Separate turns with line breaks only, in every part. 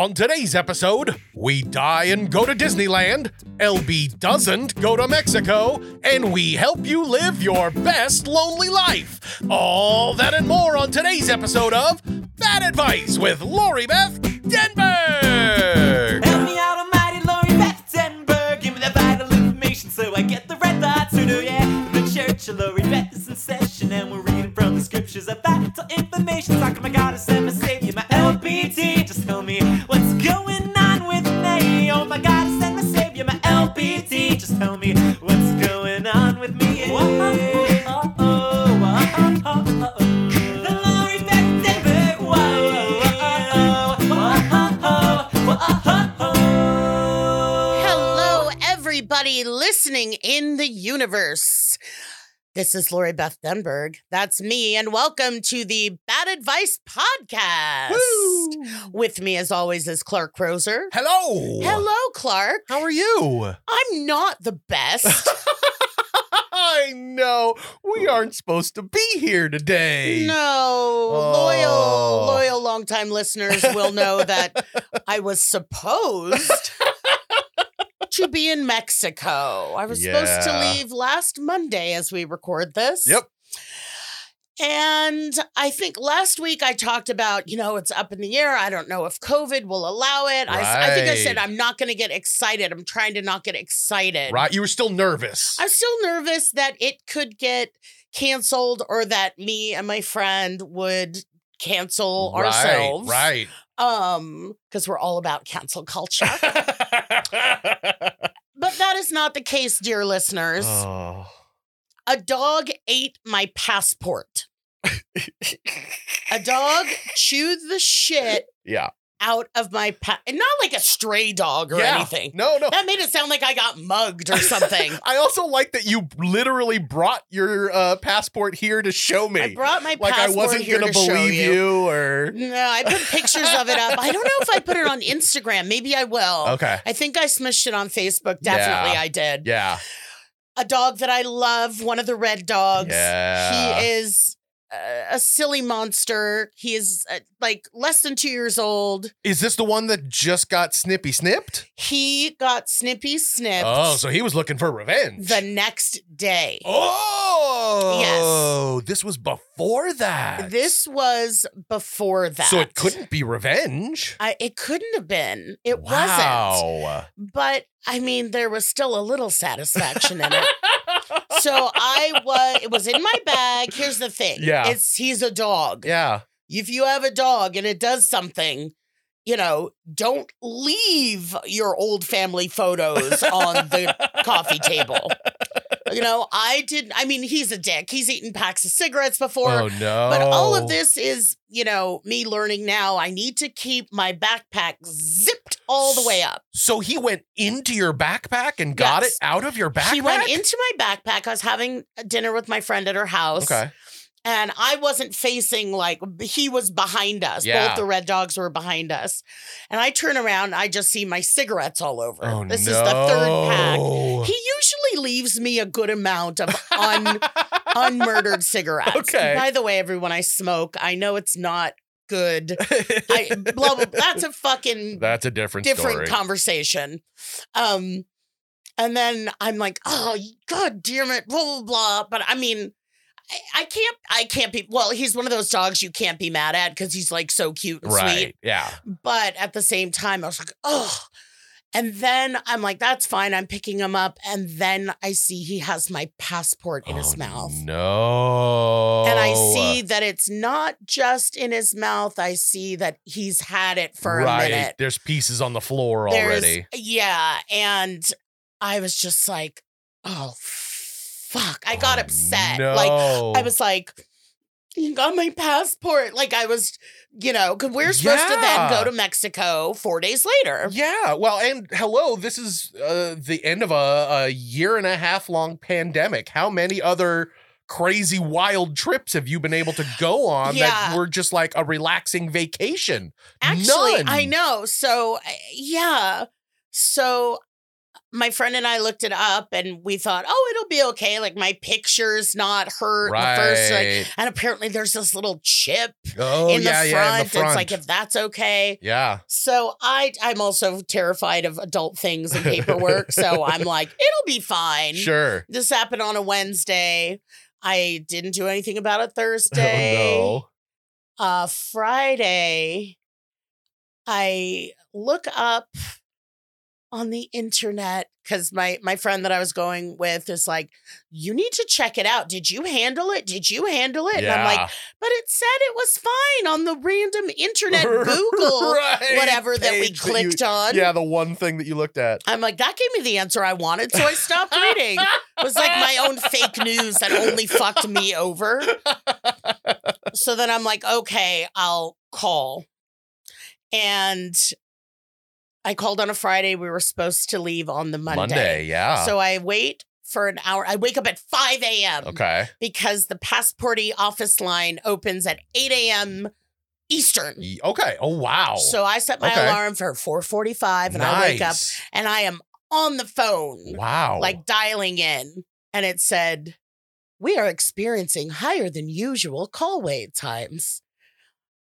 On today's episode, we die and go to Disneyland, LB doesn't go to Mexico, and we help you live your best lonely life. All that and more on today's episode of Bad Advice with Lori Beth Denberg.
Help me out, almighty Lori Bettenberg. Give me that vital information so I get the red light sooner, yeah. The church of Lori Beth is in session and we're reading from the scriptures of vital information. Talking my goddess and my savior, my LBT. Just tell me what's going on with me. Oh, my goddess and my savior, my LBT. Just tell me what's going on with me. Whoa, oh, oh, oh, oh, oh, oh. The Lori Bettenberg way.
Hello, everybody listening in the universe. This is Lori Beth Denberg. That's me, and welcome to the Bad Advice Podcast. With me, as always, is Clark Roser.
Hello.
Hello, Clark.
How are you?
I'm not the best.
I know. We aren't supposed to be here today.
No,
Oh.
loyal, loyal, longtime listeners will know that I was supposed to be in Mexico. I was supposed to
Yeah.
leave last Monday as we record this.
Yep.
And I think last week I talked about, you know, it's up in the air. I don't know if COVID will allow it. I s- I, think I said
Right.
I'm not going to get excited. I'm trying to not get excited.
Right? You were still nervous.
I'm still nervous that it could get canceled or that me and my friend would cancel
right,
ourselves.
Right.
Um, because we're all about cancel culture. but that is not the case, dear listeners.
oh.
A dog ate my passport. A dog chewed the shit
Yeah.
out of my pa- and not like a stray dog or
yeah.
anything.
No, no.
That made it sound like I got mugged or something.
I also like that you literally brought your uh, passport here to show me.
I brought my
like I
passport
wasn't
here
gonna
to show
believe
you.
you or
No, I put pictures of it up. I don't know if I put it on Instagram. Maybe I will.
okay.
I think I smushed it on Facebook. Definitely
Yeah.
I did.
Yeah.
A dog that I love, one of the red dogs.
Yeah.
He is uh, a silly monster. He is uh, like less than 2 years old.
Is this the one that just got snippy snipped?
He got snippy snipped
Oh, so he was looking for revenge.
the next day.
oh. This was before that.
This was before that.
So it couldn't be revenge.
I, it couldn't have been. It wasn't.
wow.
But I mean, there was still a little satisfaction in it. so I was. It was in my bag. Here's the thing.
Yeah.
It's he's a dog.
Yeah.
If you have a dog and it does something, you know, don't leave your old family photos on the coffee table. You know, I didn't. I mean, he's a dick. He's eaten packs of cigarettes before.
oh no.
But all of this is, you know, me learning now. I need to keep my backpack zipped all the way up.
So he went into your backpack and got
Yes.
it out of your backpack.
She went into my backpack. I was having dinner with my friend at her house.
Okay.
And I wasn't facing, like, he was behind us.
Yeah.
Both the red dogs were behind us. And I turn around, I just see my cigarettes all over.
Oh
this
no.
is the third pack. He usually leaves me a good amount of un- unmurdered cigarettes.
Okay.
By the way, everyone, I smoke. I know it's not good. I blah, blah, that's a fucking
That's a different,
different
story.
conversation. Um, and then I'm like, oh god damn it, blah blah blah. But I mean, I, I can't, I can't be. Well, he's one of those dogs you can't be mad at because he's like so cute and
right.
sweet.
Yeah.
But at the same time, I was like, oh. And then I'm like, that's fine. I'm picking him up, and then I see he has my passport in his
Oh,
mouth.
No.
And I see that it's not just in his mouth. I see that he's had it for
right.
a minute.
There's pieces on the floor
There's-
already.
Yeah. And I was just like, oh, fuck. I got
Oh,
upset.
No.
Like, I was like, you got my passport. Like I was, you know, because we're supposed to then
Yeah.
go to Mexico four days later.
Yeah, well, and hello, this is uh, the end of a, a year and a half long pandemic. How many other crazy wild trips have you been able to go on that
Yeah.
were just like a relaxing vacation?
Actually,
None.
I know. So, uh, yeah. So, my friend and I looked it up and we thought, oh, it'll be okay. Like, my picture's not hurt. in The first, like, and apparently, there's this little chip
oh,
in, the
yeah,
front.
yeah, in the front.
It's like, if that's okay.
yeah.
So, I, I'm also terrified of adult things and paperwork. so, I'm like, it'll be fine.
Sure.
This happened on a Wednesday. I didn't do anything about it Thursday
Oh,
uh Friday I look up on the internet cuz my my friend that I was going with is like you need to check it out did you handle it did you handle it
no.
and I'm like but it said it was fine on the random internet google
Right,
whatever that we
page that you-
clicked on
Yeah, the one thing that you looked at.
I'm like that gave me the answer I wanted so I stopped reading it was like my own fake news that only fucked me over. So then I'm like, okay, I'll call. And I called on a Friday. We were supposed to leave on the Monday.
yeah.
So I wait for an hour. I wake up at 5 a.m.
okay.
because the passporty office line opens at 8 a.m. Eastern.
Ye- Okay. Oh wow.
mm. So I set my
Okay.
alarm for 4:45 and I wake up
Nice.
and I am on the phone
Wow.
like dialing in, and it said, We are experiencing higher than usual call wait times.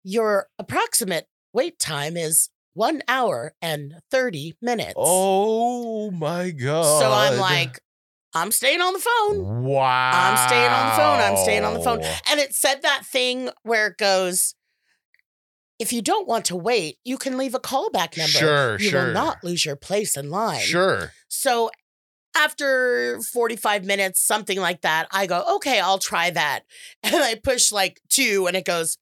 Your approximate wait time is one hour and 30 minutes.
Oh my god.
so I'm like, I'm staying on the phone.
wow.
I'm staying on the phone. I'm staying on the phone. And it said that thing where it goes, if you don't want to wait, you can leave a callback number.
Sure,
you
sure.
will not lose your place in line.
Sure.
So after 45 minutes, something like that, I go, okay, I'll try that. And I push like two and it goes,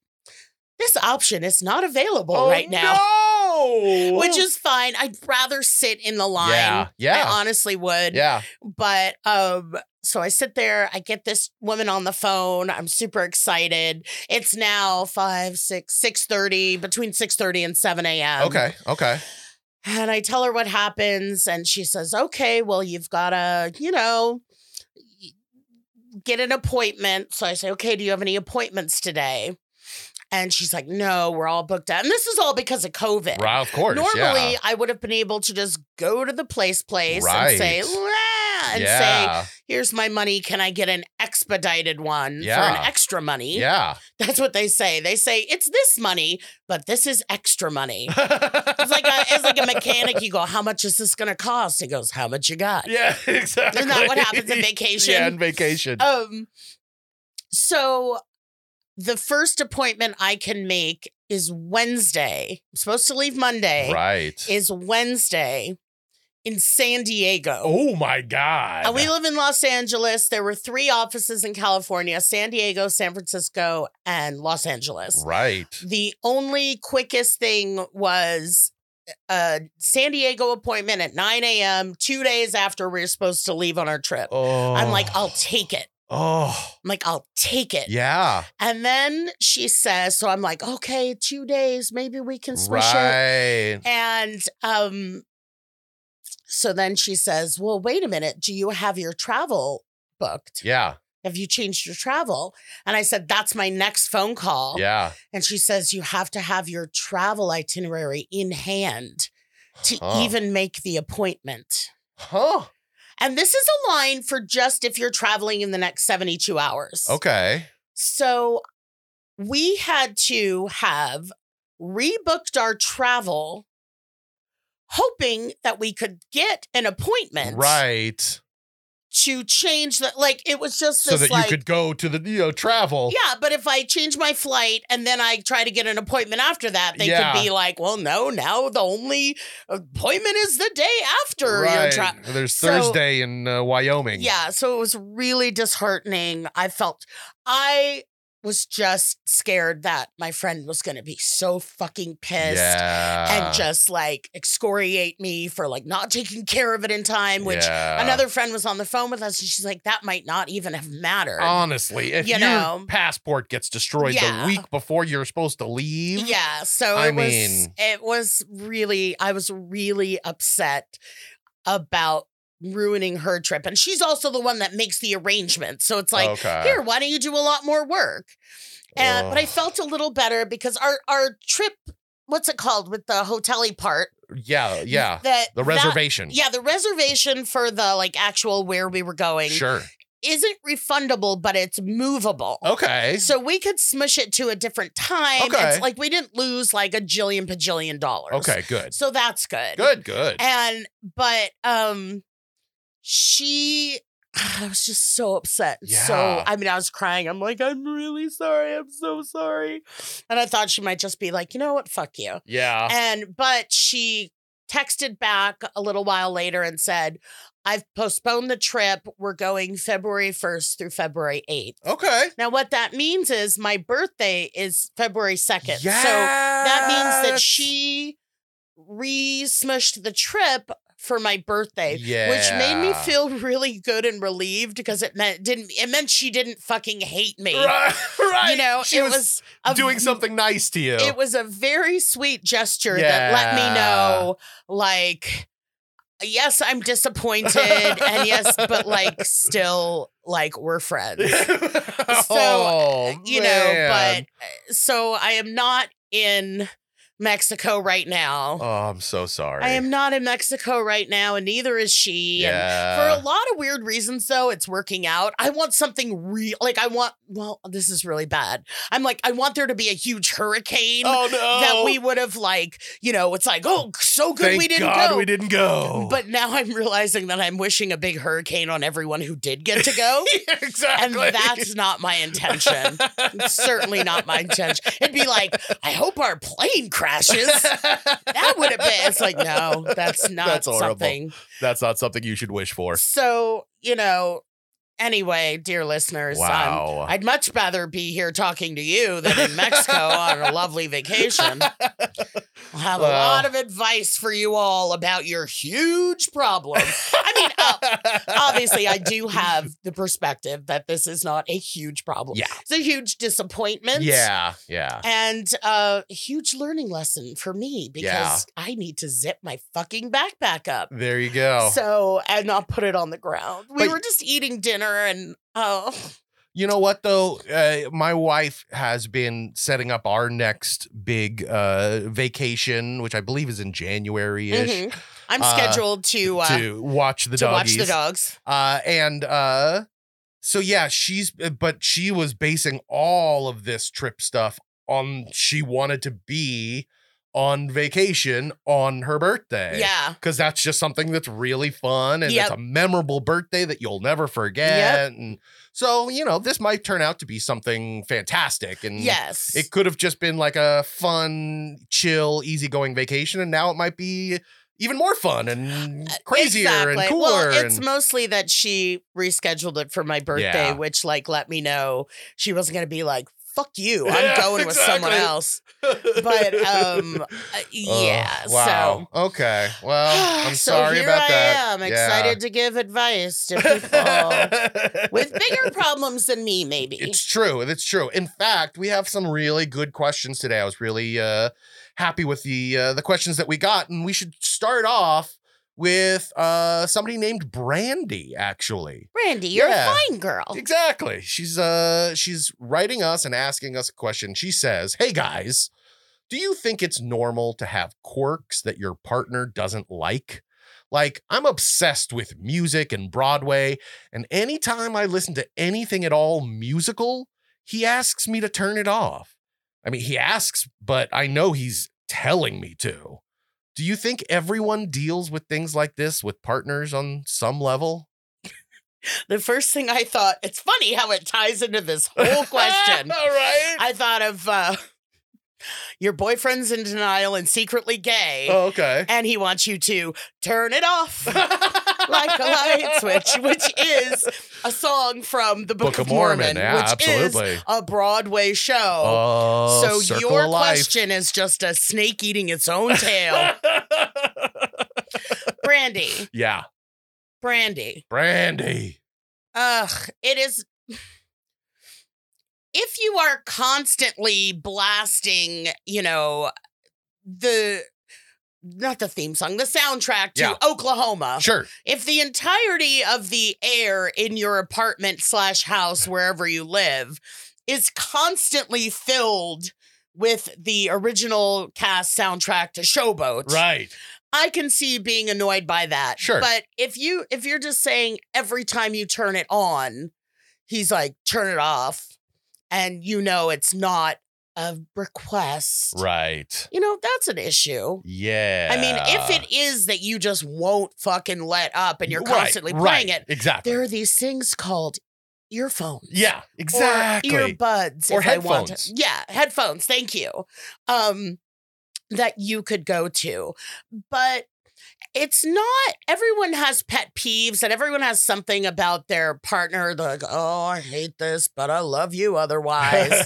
this option is not available right now,
Oh, No!
which is fine. I'd rather sit in the line.
Yeah. Yeah.
I honestly would.
yeah.
But um, so I sit there, I get this woman on the phone. I'm super excited. It's now five, six, six thirty, between six thirty and 7 a.m.
Okay. Okay.
And I tell her what happens, and she says, Okay, well, you've got to, you know, get an appointment. So I say, Okay, do you have any appointments today? And she's like, No, we're all booked out. And this is all because of COVID.
Right. Of course.
Normally,
yeah.
I would have been able to just go to the place place
Right.
and say, "Lah," and say,
yeah.
Here's my money. Can I get an expedited one for
Yeah.
an extra money?
yeah.
That's what they say. They say, It's this money, but this is extra money. It's
it's
like a, it's like a mechanic. You go, how much is this going to cost? He goes, how much you got?
Yeah. Exactly.
Isn't that what happens in vacation?
Yeah, in vacation.
Um, so the first appointment I can make is Wednesday. I'm supposed to leave Monday.
right.
Is Wednesday in San Diego.
oh my god.
And Uh, we live in Los Angeles. There were three offices in California San Diego, San Francisco, and Los Angeles.
right.
The only quickest thing was a San Diego appointment at 9 a.m., two days after we were supposed to leave on our trip.
Oh.
I'm like, I'll take it.
Oh.
I'm like, I'll take it.
Yeah.
And then she says, so I'm like, okay, two days, maybe we can swish it.
Right.
And um, so then she says, well, wait a minute. Do you have your travel booked?
Yeah.
Have you changed your travel? And I said, that's my next phone call.
Yeah.
And she says, You have to have your travel itinerary in hand to
Huh.
even make the appointment.
Huh.
And this is a line for just if you're traveling in the next 72 hours.
Okay.
So we had to have rebooked our travel, hoping that we could get an appointment
Right.
to change that. Like it was just
So
this
that
like,
you could go to the you know travel.
Yeah, but if I change my flight and then I try to get an appointment after that, they
Yeah.
could be like, "Well, no, now the only appointment is the day after your
Right.
trip."
There's
So-
Thursday in uh, Wyoming.
Yeah, so it was really disheartening. I felt I was just scared that my friend was going to be so fucking pissed
yeah.
and just like excoriate me for like not taking care of it in time, which
Yeah.
another friend was on the phone with us and she's like, that might not even have mattered.
Honestly, if
you
your
know.
passport gets destroyed the
Yeah.
week before you're supposed to leave,
yeah. So
I
it was
mean-
it was really I was really upset about ruining her trip. And she's also the one that makes the arrangement. So it's like,
Okay.
here, why don't you do a lot more work? And but I
Ugh.
felt a little better because our our trip, what's it called with the hotel-y part?
yeah, yeah,
That
the
that-
reservation,
Yeah, the reservation for the like actual where we were going
sure,
isn't refundable, but it's movable.
okay,
So we could smush it to a different time.
Okay.
It's like we didn't lose like a jillion bajillion dollars.
okay, good,
So that's good.
good, good.
And but um she ah, I was just so upset. So
Yeah.
I mean I was crying. I'm like, I'm really sorry. I'm so sorry. And I thought she might just be like, you know what? Fuck you.
yeah,
And but she texted back a little while later and said, I've postponed the trip. We're going February 1st through February 8th.
okay.
Now, what that means is my birthday is February 2nd.
Yes.
So that means that she re smushed the trip for my birthday. Which made me
Yeah.
feel really good and relieved because it meant didn't it meant she didn't fucking hate me.
right, right.
You know,
she
it
was,
was, a
doing something nice to you.
it was a very sweet gesture that
Yeah.
let me know, like, yes, I'm disappointed, and yes, but like, still, like, we're friends.
oh,
You know,
man.
but uh, so I am not in Mexico right now.
oh, I'm so sorry.
I am not in Mexico right now, and neither is she. And
Yeah.
for a lot of weird reasons, though, it's working out. I want something real. Like, I want, well, this is really bad. I'm like, I want there to be a huge hurricane
oh no.
that we would have like, you know, it's like, oh, so good
Thank
we didn't
God
go.
we didn't go.
But now I'm realizing that I'm wishing a big hurricane on everyone who did get to go. And
exactly.
that's not my intention. It's certainly not my intention. It'd be like, I hope our plane crashes. That would have been. It's like, no, that's not
That's horrible.
something.
That's not something you should wish for.
So, you know, anyway, dear listeners, um,
Wow.
I'd much rather be here talking to you than in Mexico on a lovely vacation. I'll have
Well.
a lot of advice for you all about your huge problem. I mean, uh, obviously, I do have the perspective that this is not a huge problem.
Yeah.
It's a huge disappointment.
Yeah, yeah.
And a huge learning lesson for me because
Yeah.
I need to zip my fucking backpack up.
There you go.
So and not put it on the ground. We
Oh. But-
were just eating dinner and oh
you know what though? Uh, my wife has been setting up our next big uh, vacation, which I believe is in January ish,
mhm. I'm
Uh,
scheduled to uh, to,
to watch the doggies.
watch the dogs.
Uh, and uh, so yeah, she's uh, but she was basing all of this trip stuff on she wanted to be on vacation on her birthday.
Yeah.
because that's just something that's really fun and it's
Yep.
a memorable birthday that you'll never forget. And so, you know, this might turn out to be something fantastic. And
Yes.
it could have just been like a fun, chill, easygoing vacation. And now it might be even more fun and crazier
Uh, Exactly.
and cooler.
Well, it's
and-
mostly that she rescheduled it for my birthday,
Yeah.
which like let me know she wasn't going to be like fuck you. I'm
Yeah,
going with someone
exactly.
else. But um uh,
Oh,
yeah, so
wow. Okay. Well, I'm
so
sorry
here
about
I
that.
am excited to give advice to people with bigger problems than me, maybe.
It's true. It's true. In fact, we have some really good questions today. I was really uh, happy with the uh, the questions that we got, and we should start off with uh, somebody named Brandy. Actually,
Brandy, you're
Yeah.
a fine girl.
exactly. She's uh, she's writing us and asking us a question. She says, "Hey guys, do you think it's normal to have quirks that your partner doesn't like?" Like, I'm obsessed with music and Broadway, and anytime I listen to anything at all musical, he asks me to turn it off. I mean, he asks, but I know he's telling me to. Do you think everyone deals with things like this with partners on some level?
The first thing I thought, it's funny how it ties into this whole question.
all right.
I thought of uh Your boyfriend's in denial and secretly gay,
Oh, okay.
and he wants you to turn it off like a light switch, which is a song from the Book, of Mormon,
yeah,
which
absolutely.
is a Broadway show.
Oh,
so
circle
your
of life.
question is just a snake eating its own tail. Brandy,
Yeah,
Brandy.
Brandy.
Ugh, it is. If you are constantly blasting, you know, the not the theme song, the soundtrack to
Yeah.
Oklahoma,
Sure.
if the entirety of the air in your apartment slash house, wherever you live, is constantly filled with the original cast soundtrack to Showboat,
Right.
I can see being annoyed by that.
Sure.
But if you if you're just saying every time you turn it on, he's like, turn it off, and you know it's not a request.
Right.
You know, that's an issue.
Yeah.
I mean, if it is that you just won't fucking let up and you're
Right,
constantly
right,
playing it,
Exactly.
there are these things called earphones.
yeah, exactly.
Or earbuds.
Or
if I want to-
headphones.
Yeah, headphones. Thank you. Um, that you could go to. But it's not everyone has pet peeves and everyone has something about their partner. They're like, oh, I hate this, but I love you otherwise.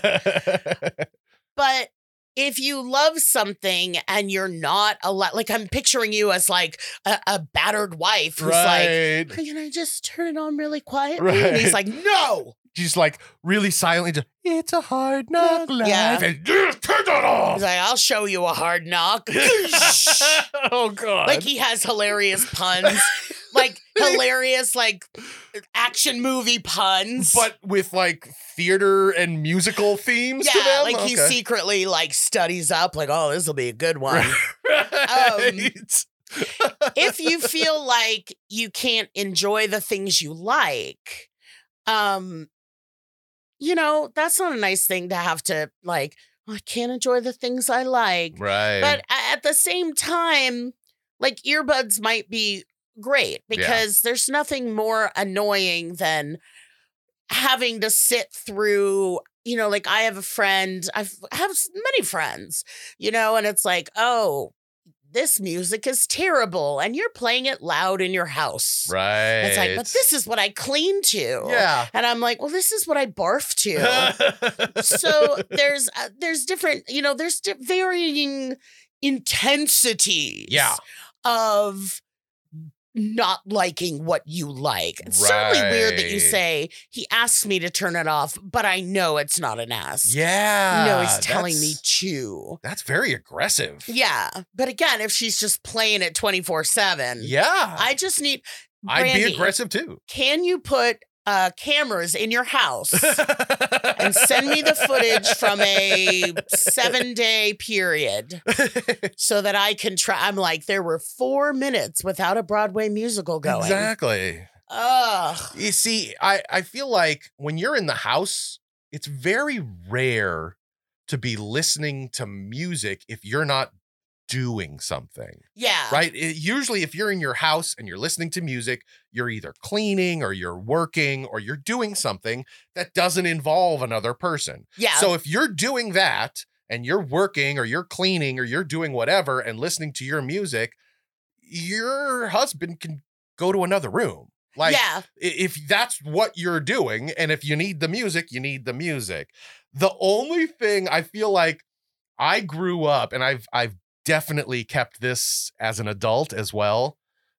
but if you love something and you're not a lot, like I'm picturing you as like a, a battered wife who's like,
right.
can I just turn it on really quietly? And he's
Right.
like, no.
Just like really silently. Just, it's a hard knock life.
Yeah.
And just turn that off.
He's like, I'll show you a hard knock.
oh god.
like he has hilarious puns. like hilarious, like action movie puns.
but with like theater and musical themes to
yeah,
them.
like he
Okay.
secretly like studies up, like, oh, this will be a good one. Um,
Right.
if you feel like you can't enjoy the things you like, um, you know, that's not a nice thing to have to like, "Oh, I can't enjoy the things I like.
right.
But a- at the same time, like earbuds might be great because there's nothing more annoying than having to sit through, you know, like I have a friend, I've, I have s- many friends, you know, and it's like, oh, this music is terrible and you're playing it loud in your house.
right.
It's like, but this is what I clean to.
Yeah.
And I'm like, well, this is what I barf to so there's uh, there's different you know there's di- varying intensities
Yeah.
of not liking what you like it's certainly weird that you
Right.
say he asked me to turn it off but i know it's not an ask
yeah.
no he's telling me
that's-
to
That's very aggressive.
yeah but again if she's just playing it 24 7
Yeah.
i just need
I'd be
Brandy,
aggressive too.
can you put uh cameras in your house and send me the footage from a seven day period so that I can try. I'm like, there were four minutes without a Broadway musical going.
Exactly.
Ugh.
You see, I, I feel like when you're in the house, it's very rare to be listening to music if you're not doing something.
Yeah.
right? It- usually, if you're in your house and you're listening to music, you're either cleaning or you're working or you're doing something that doesn't involve another person.
Yeah.
So, if you're doing that and you're working or you're cleaning or you're doing whatever and listening to your music, your husband can go to another room. Like,
yeah.
i- if that's what you're doing and if you need the music you need the music the only thing i feel like i grew up and i've i've definitely kept this as an adult as well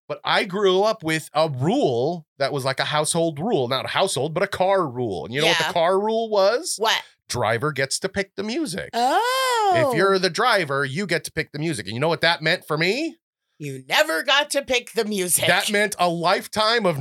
but i grew up with a rule that was like a household rule not a household but a car rule and you know what
Yeah.
the car rule was
What?
driver gets to pick the music
Oh.
if you're the driver you get to pick the music and you know what that meant for me
You never got to pick the music.
that meant a lifetime of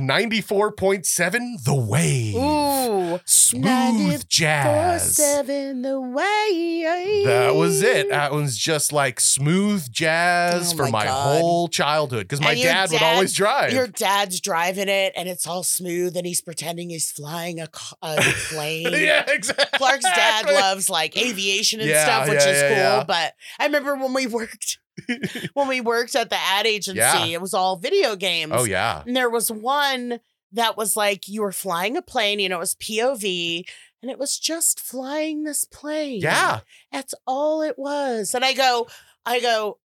94.7 the wave
Ooh.
smooth jazz.
4-7 the way.
That was it. That was just like smooth jazz
Oh
for
my
my
God.
whole childhood because my
And your
dad, would
dad-
always drive.
Your dad's driving it and it's all smooth and he's pretending he's flying a, ca- a plane.
yeah, exactly.
Clark's dad loves like aviation and
Yeah,
stuff, which
yeah,
is
yeah,
cool.
yeah.
But I remember when we worked when we worked at the ad agency,
Yeah.
it was all video games.
Oh yeah.
And there was one that was like you were flying a plane, you know, it was POV. And it was just flying this plane.
Yeah.
That's all it was. And I go, I go,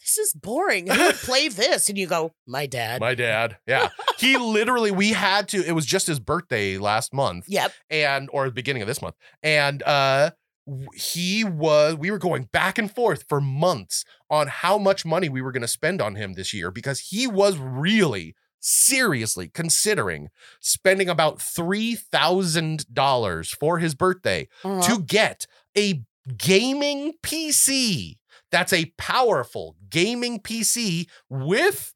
this is boring. Who would play this? And you go, my dad.
My dad. Yeah. He literally, we had to, it was just his birthday last month
yep.
and, or the beginning of this month. And uh w- he was, we were going back and forth for months on how much money we were going to spend on him this year because he was really seriously considering spending about $3,000 for his birthday
Uh-huh.
to get a gaming PC. That's a powerful gaming PC with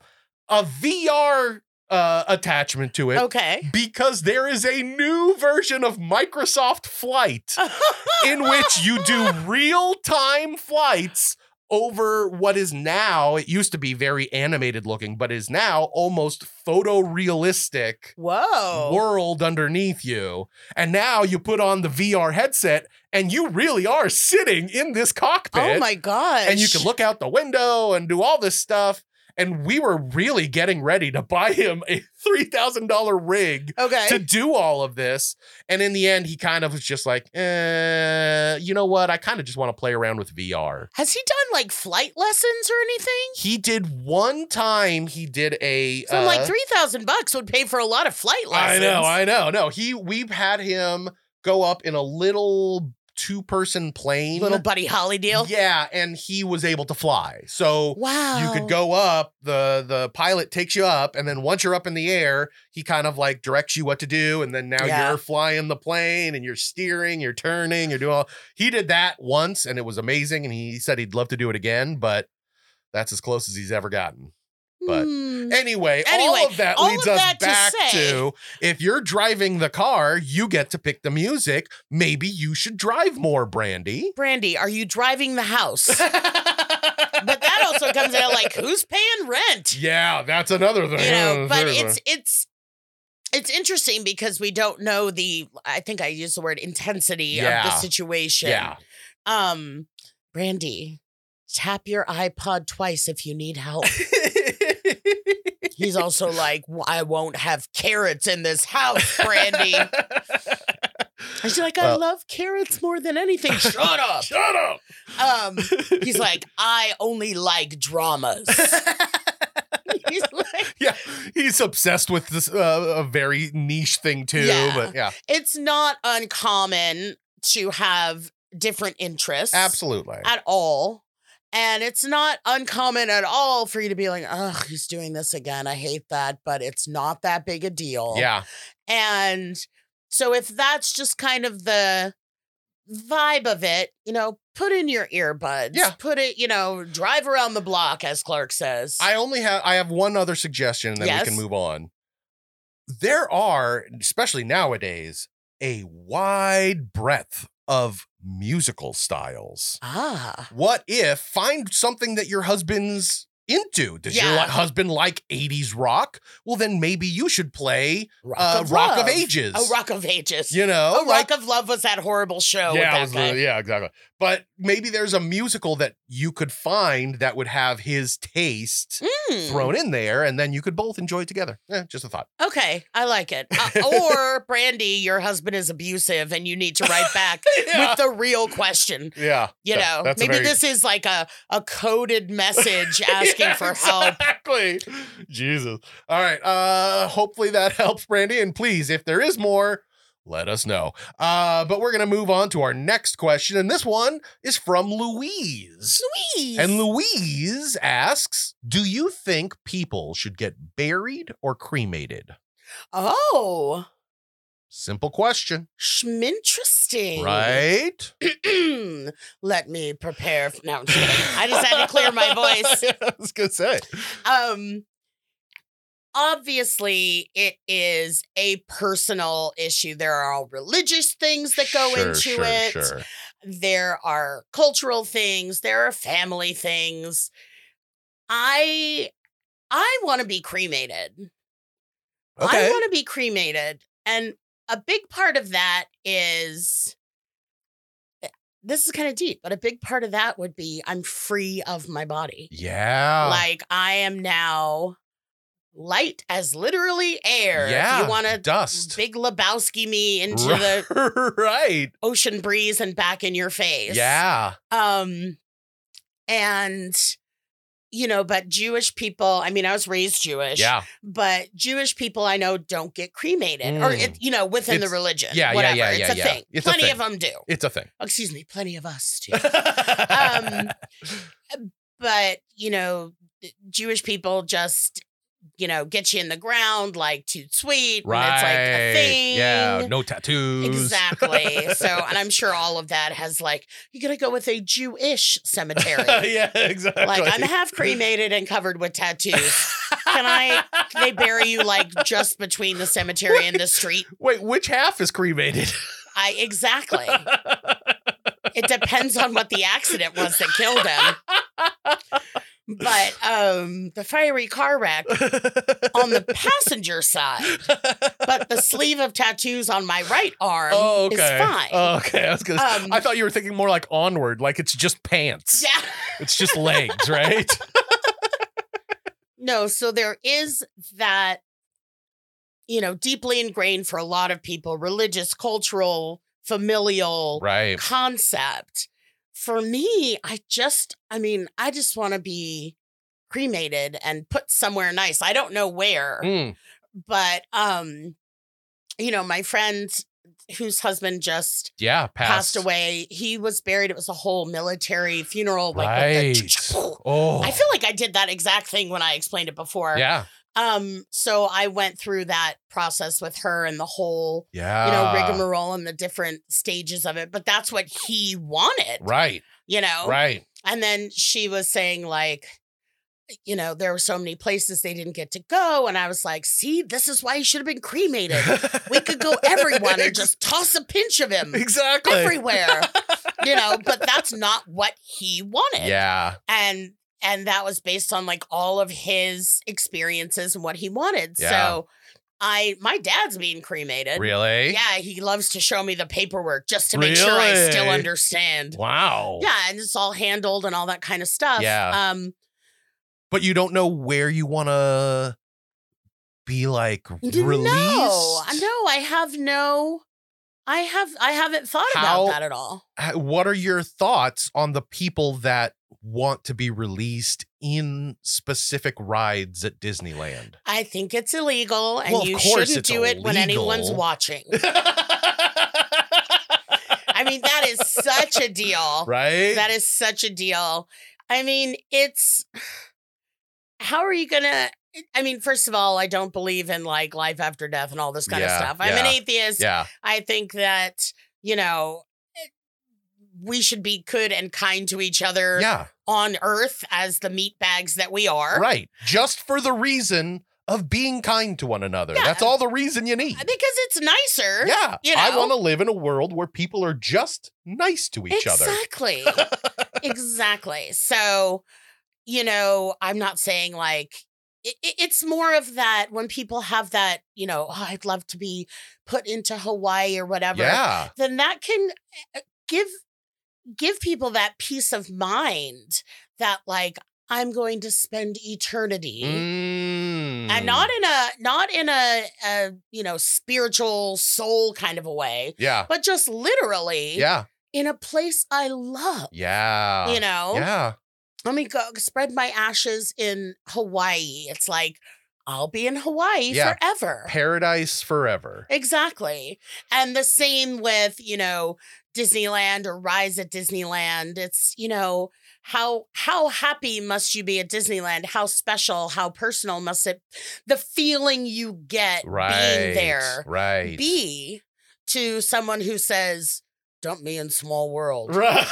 a VR uh, attachment to it.
okay.
Because there is a new version of Microsoft Flight
Oh.
in which you do real time flights over what is now, it used to be very animated looking, but is now almost photorealistic
Whoa.
world underneath you. And now you put on the VR headset and you really are sitting in this cockpit.
oh my gosh.
and you can look out the window and do all this stuff. And we were really getting ready to buy him a $3,000 rig
Okay.
to do all of this. And in the end, he kind of was just like, eh, you know what? I kind of just want to play around with VR.
Has he done like flight lessons or anything?
He did one time, he did a.
So like
uh,
three thousand bucks would pay for a lot of flight
I
lessons.
know, I know. No, he we've had him go up in a little two-person plane.
little buddy Holly deal.
Yeah, and he was able to fly. So
Wow.
you could go up, the the pilot takes you up, and then once you're up in the air, he kind of like directs you what to do, and then now
Yeah.
you're flying the plane and you're steering, you're turning, you're doing all he did that once and it was amazing, and he said he'd love to do it again, but that's as close as he's ever gotten. but-
Hmm.
Anyway, all
Anyway,
of that
all
leads
of
us
that to
back
say-
to if you're driving the car, you get to pick the music. Maybe you should drive more, Brandy.
Brandy, are you driving the house?
but
but that also comes out like who's paying rent?
Yeah, that's another thing.
You know, but it's it's it's interesting because we don't know the I think I used the word intensity of
Yeah.
the situation.
yeah.
Um, Brandy, tap your iPod twice if you need help. He's also like, "W- I won't have carrots in this house, Brandy. And she's like, I
Well-
love carrots more than anything. Shut up.
Shut up.
Um, he's like, I only like dramas. he's like,
Yeah, he's obsessed with this uh, a very niche thing too.
Yeah.
But yeah,
it's not uncommon to have different interests
absolutely.
at all. And it's not uncommon at all for you to be like, oh, he's doing this again. I hate that, but it's not that big a deal.
Yeah,
And so if that's just kind of the vibe of it, you know, put in your earbuds.
Yeah.
Put it, you know, drive around the block, as Clark says.
I only have I have one other suggestion and then
Yes.
we can move on. There are, especially nowadays, a wide breadth of musical styles.
ah.
What if find something that your husband's into? Does your
Yeah.
li- husband like 80s rock? Well, then maybe you should play
Rock,
uh, Rock of
Love.
Ages.
Oh, Rock of Ages.
You know,
oh, Rock of Love was that horrible show. with
yeah,
that
it was
guy.
the- yeah, exactly. But maybe there's a musical that you could find that would have his taste
Hmm.
thrown in there, and then you could both enjoy it together. Eh, just a thought.
Okay, I like it. Uh, or Brandy, your husband is abusive, and you need to write back with the real question.
yeah,
You
Yeah,
know,
that's a
maybe
very-
this is like a a coded message asking
Yeah,
for help.
Exactly. Jesus. All right. Uh, hopefully that helps, Brandy. And please, if there is more, let us know. Uh, but we're gonna move on to our next question, and this one is from Louise.
Please.
And Louise asks, "Do you think people should get buried or cremated?"
Oh,
Simple question,
interesting.
right?
Let me prepare. f- No, I'm just kidding. I just had to clear my voice.
I was gonna say,
Um, obviously, it is a personal issue. There are all religious things that go
Sure,
into
sure,
it.
sure.
There are cultural things. There are family things. I I want to be cremated. I
Okay.
want to be cremated. And a big part of that is eh, this is kind of deep, but a big part of that would
Ah.
be I'm free of my body.
yeah.
Like I am now light as literally air.
Yeah,
If you want to
dust.
big Lebowski me into the
right.
ocean breeze and back in your face.
Yeah.
Um, and, you know, but Jewish people, I mean, I was raised Jewish,
Yeah.
but Jewish people I know don't get cremated or,
Mm.
it, you know, within
It's-
the religion.
yeah, yeah,
whatever.
yeah,
It's
yeah,
a
yeah.
thing.
It's a
plenty
thing.
of them do.
It's a thing.
Excuse me, plenty of us do. um, but you know, Jewish people just you know get you in the ground like too sweet,
right.
and it's like a thing.
Yeah. No tattoos.
Exactly. So, and I'm sure all of that has like you got to go with a Jewish cemetery.
yeah, exactly.
Like I'm half cremated and covered with tattoos. Can I? They bury you like just between the cemetery and the street.
Wait, which half is cremated?
I exactly. it depends on what the accident was that killed him. But um, the fiery car wreck on the passenger side, but the sleeve of tattoos on my right arm
oh, okay.
is Um, fine.
Oh, okay. I was gonna.
Um,
I thought you were thinking more like onward, like it's just pants.
yeah.
It's just legs, right?
No, so there is that, you know, deeply ingrained for a lot of people, religious, cultural, familial,
right.
concept. For me, I just, I mean, I just want to be cremated and put somewhere nice. I don't know where,
Mm,
but um, you know, my friend whose husband just
yeah. Passed,
passed. away, he was buried. It was a whole military funeral, like
Right.
with the
Oh.
I feel like I did that exact thing when I explained it before.
Yeah.
Um, so I went through that process with her and the whole,
Yeah.
you know, rigmarole and the different stages of it. But that's what he wanted
Right.
you know?
Right.
And then she was saying, like, you know, there were so many places they didn't get to go. And I was like, see, this is why he should have been cremated. We could go everyone and just toss a pinch of him
exactly.
everywhere, you know, but that's not what he wanted.
yeah.
And, and that was based on like all of his experiences and what he wanted.
Yeah.
So I, my dad's being cremated.
Really?
Yeah. He loves to show me the paperwork just to make sure I still
Really?
understand.
Wow.
Yeah, and it's all handled and all that kind of stuff.
Yeah.
Um,
But you don't know where you want to be like released.
No, no, I have no I have I haven't thought
How-
about that at all.
H- What are your thoughts on the people that want to be released in specific rides at Disneyland?
I think it's illegal and
Well, of
you
course
shouldn't
it's
do it when anyone's
illegal.
watching. I mean, that is such a deal.
right?
That is such a deal. I mean, it's how are you gonna I mean, first of all, I don't believe in like life after death and all this kind
Yeah,
of stuff. I'm an
yeah,
atheist.
yeah.
I think that, you know, eh, we should be good and kind to each other
Yeah.
on earth as the meat bags that we are.
Right. Just for the reason of being kind to one another.
Yeah.
That's all the reason you need.
Because it's nicer.
Yeah.
you
I
know?
want to live in a world where people are just nice to each other.
exactly. exactly. So, you know, I'm not saying like, it, it- it's more of that when people have that, you know, oh, I'd love to be put into Hawaii or whatever.
Yeah.
then that can uh, give give people that peace of mind that like i'm going to spend eternity
Mm.
and not in a not in a, a you know spiritual soul kind of a way
Yeah.
but just literally
Yeah.
in a place i love
Yeah.
you know
Yeah.
let me go spread my ashes in hawaii it's like i'll be in hawaii
Yeah.
forever
Paradise forever.
Exactly. And the same with, you know, Disneyland or Rise at Disneyland. It's, you know, how how happy must you be at Disneyland? How special, how personal must it the feeling you get
Right.
being there
Right.
be to someone who says, Dump me in small world.
Right.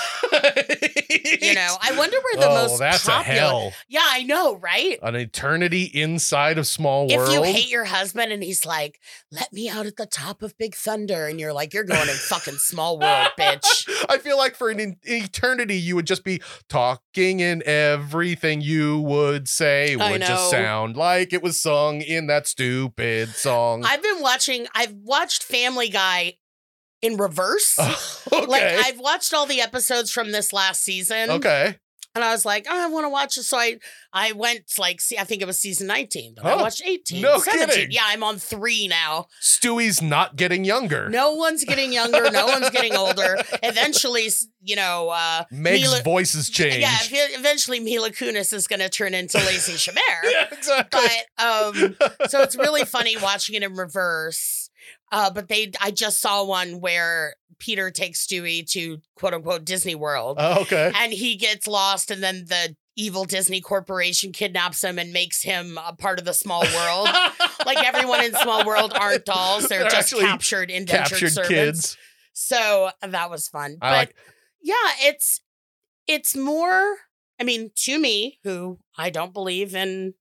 You know, I wonder where the
oh,
most
that's
popular
a hell.
Yeah, I know, right?
An eternity inside of small world.
If you hate your husband and he's like, let me out at the top of Big Thunder, and you're like, you're going in fucking small world, bitch.
I feel like for an en- eternity, you would just be talking, and everything you would say
I
would just
know.
sound like it was sung in that stupid song.
I've been watching, I've watched Family Guy in reverse.
okay.
Like, I've watched all the episodes from this last season.
okay.
And I was like, oh, I want to watch it. So I I went like see, I think it was season 19. Then
Huh.
I watched 18.
Oh, No
17.
kidding.
Yeah, I'm on three now.
Stewie's not getting younger.
No one's getting younger, no one's getting older. Eventually, s- you know, uh
Meg's
Mila-
voices change.
Yeah, ev- eventually Mila Kunis is gonna turn into Lacey Chabert.
Yeah, exactly.
but um so it's really funny watching it in reverse uh but they i just saw one where peter takes stewie to quote unquote disney world
Oh, okay.
and he gets lost and then the evil disney corporation kidnaps him and makes him a part of the small world like everyone in small world aren't dolls they're,
They're
just
actually
captured indentured
Captured
servants
kids.
so that was fun
I
but
like.
yeah it's it's more i mean to me who i don't believe in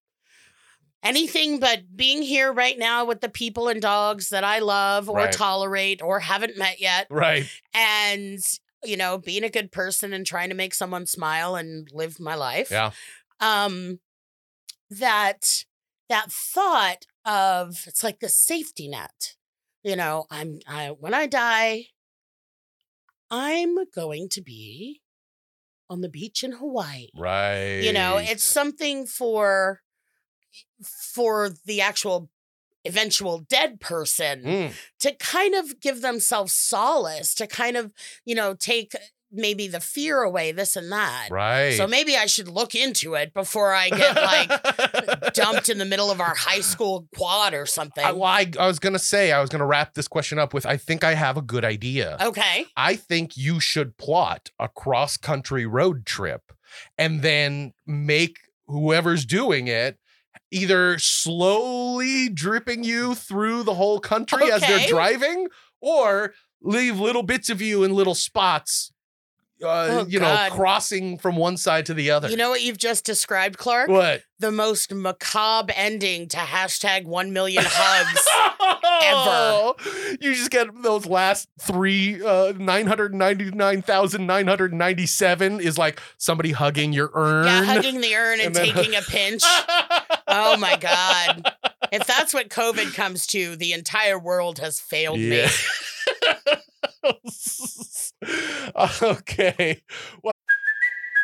anything but being here right now with the people and dogs that i love or
Right.
tolerate or haven't met yet
Right.
and you know being a good person and trying to make someone smile and live my life
Yeah.
um that that thought of it's like the safety net you know i'm i when i die i'm going to be on the beach in hawaii
Right.
you know it's something for for the actual eventual dead person
Mm,
to kind of give themselves solace to kind of you know take maybe the fear away this and that
right.
so maybe I should look into it before I get like dumped in the middle of our high school quad or something.
I, well, I, I was gonna say I was gonna wrap this question up with I think I have a good idea.
okay.
I think you should plot a cross country road trip and then make whoever's doing it either slowly dripping you through the whole country as they're
Okay.
driving or leave little bits of you in little spots, uh,
Oh,
you
God.
know, crossing from one side to the other.
You know what you've just described, Clark?
what?
The most macabre ending to hashtag 1 million hugs.
Ever. You just get those last three, uh, 999,997 is like somebody hugging your urn.
yeah, hugging the urn and,
And then-
taking a pinch. oh my God. If that's what COVID comes to, the entire world has failed me.
okay.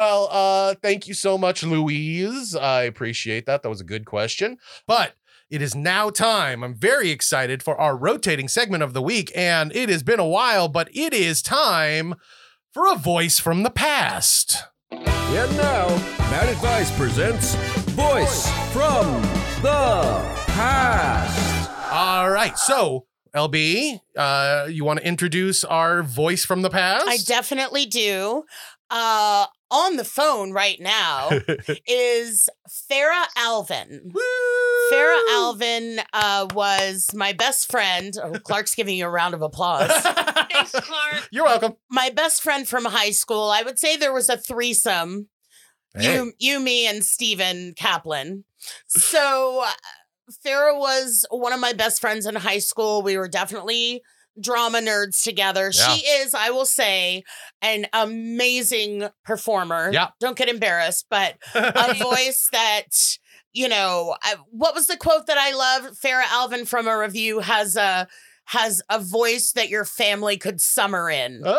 Well, uh, thank you so much, Louise. I appreciate that. That was a good question. But it is now time. I'm very excited for our rotating segment of the week. And it has been a while, but it is time for a voice from the past.
And now, Bad Advice presents Voice from the Past.
All right. So, LB, uh, you want to introduce our voice from the past?
I definitely do. Uh, on the phone right now is Farah Alvin. Farah Alvin uh, was my best friend. Oh, Clark's giving you a round of applause.
Thanks, Clark. You're welcome.
my best friend from high school. I would say there was a threesome.
Hey.
You, you, me, and Steven Kaplan. So uh, Farah was one of my best friends in high school. We were definitely drama nerds together.
Yeah.
She is, I will say, an amazing performer.
Yeah.
Don't get embarrassed, but a voice that you know I, what was the quote that i love farah alvin from a review has a has a voice that your family could summer in
Oh,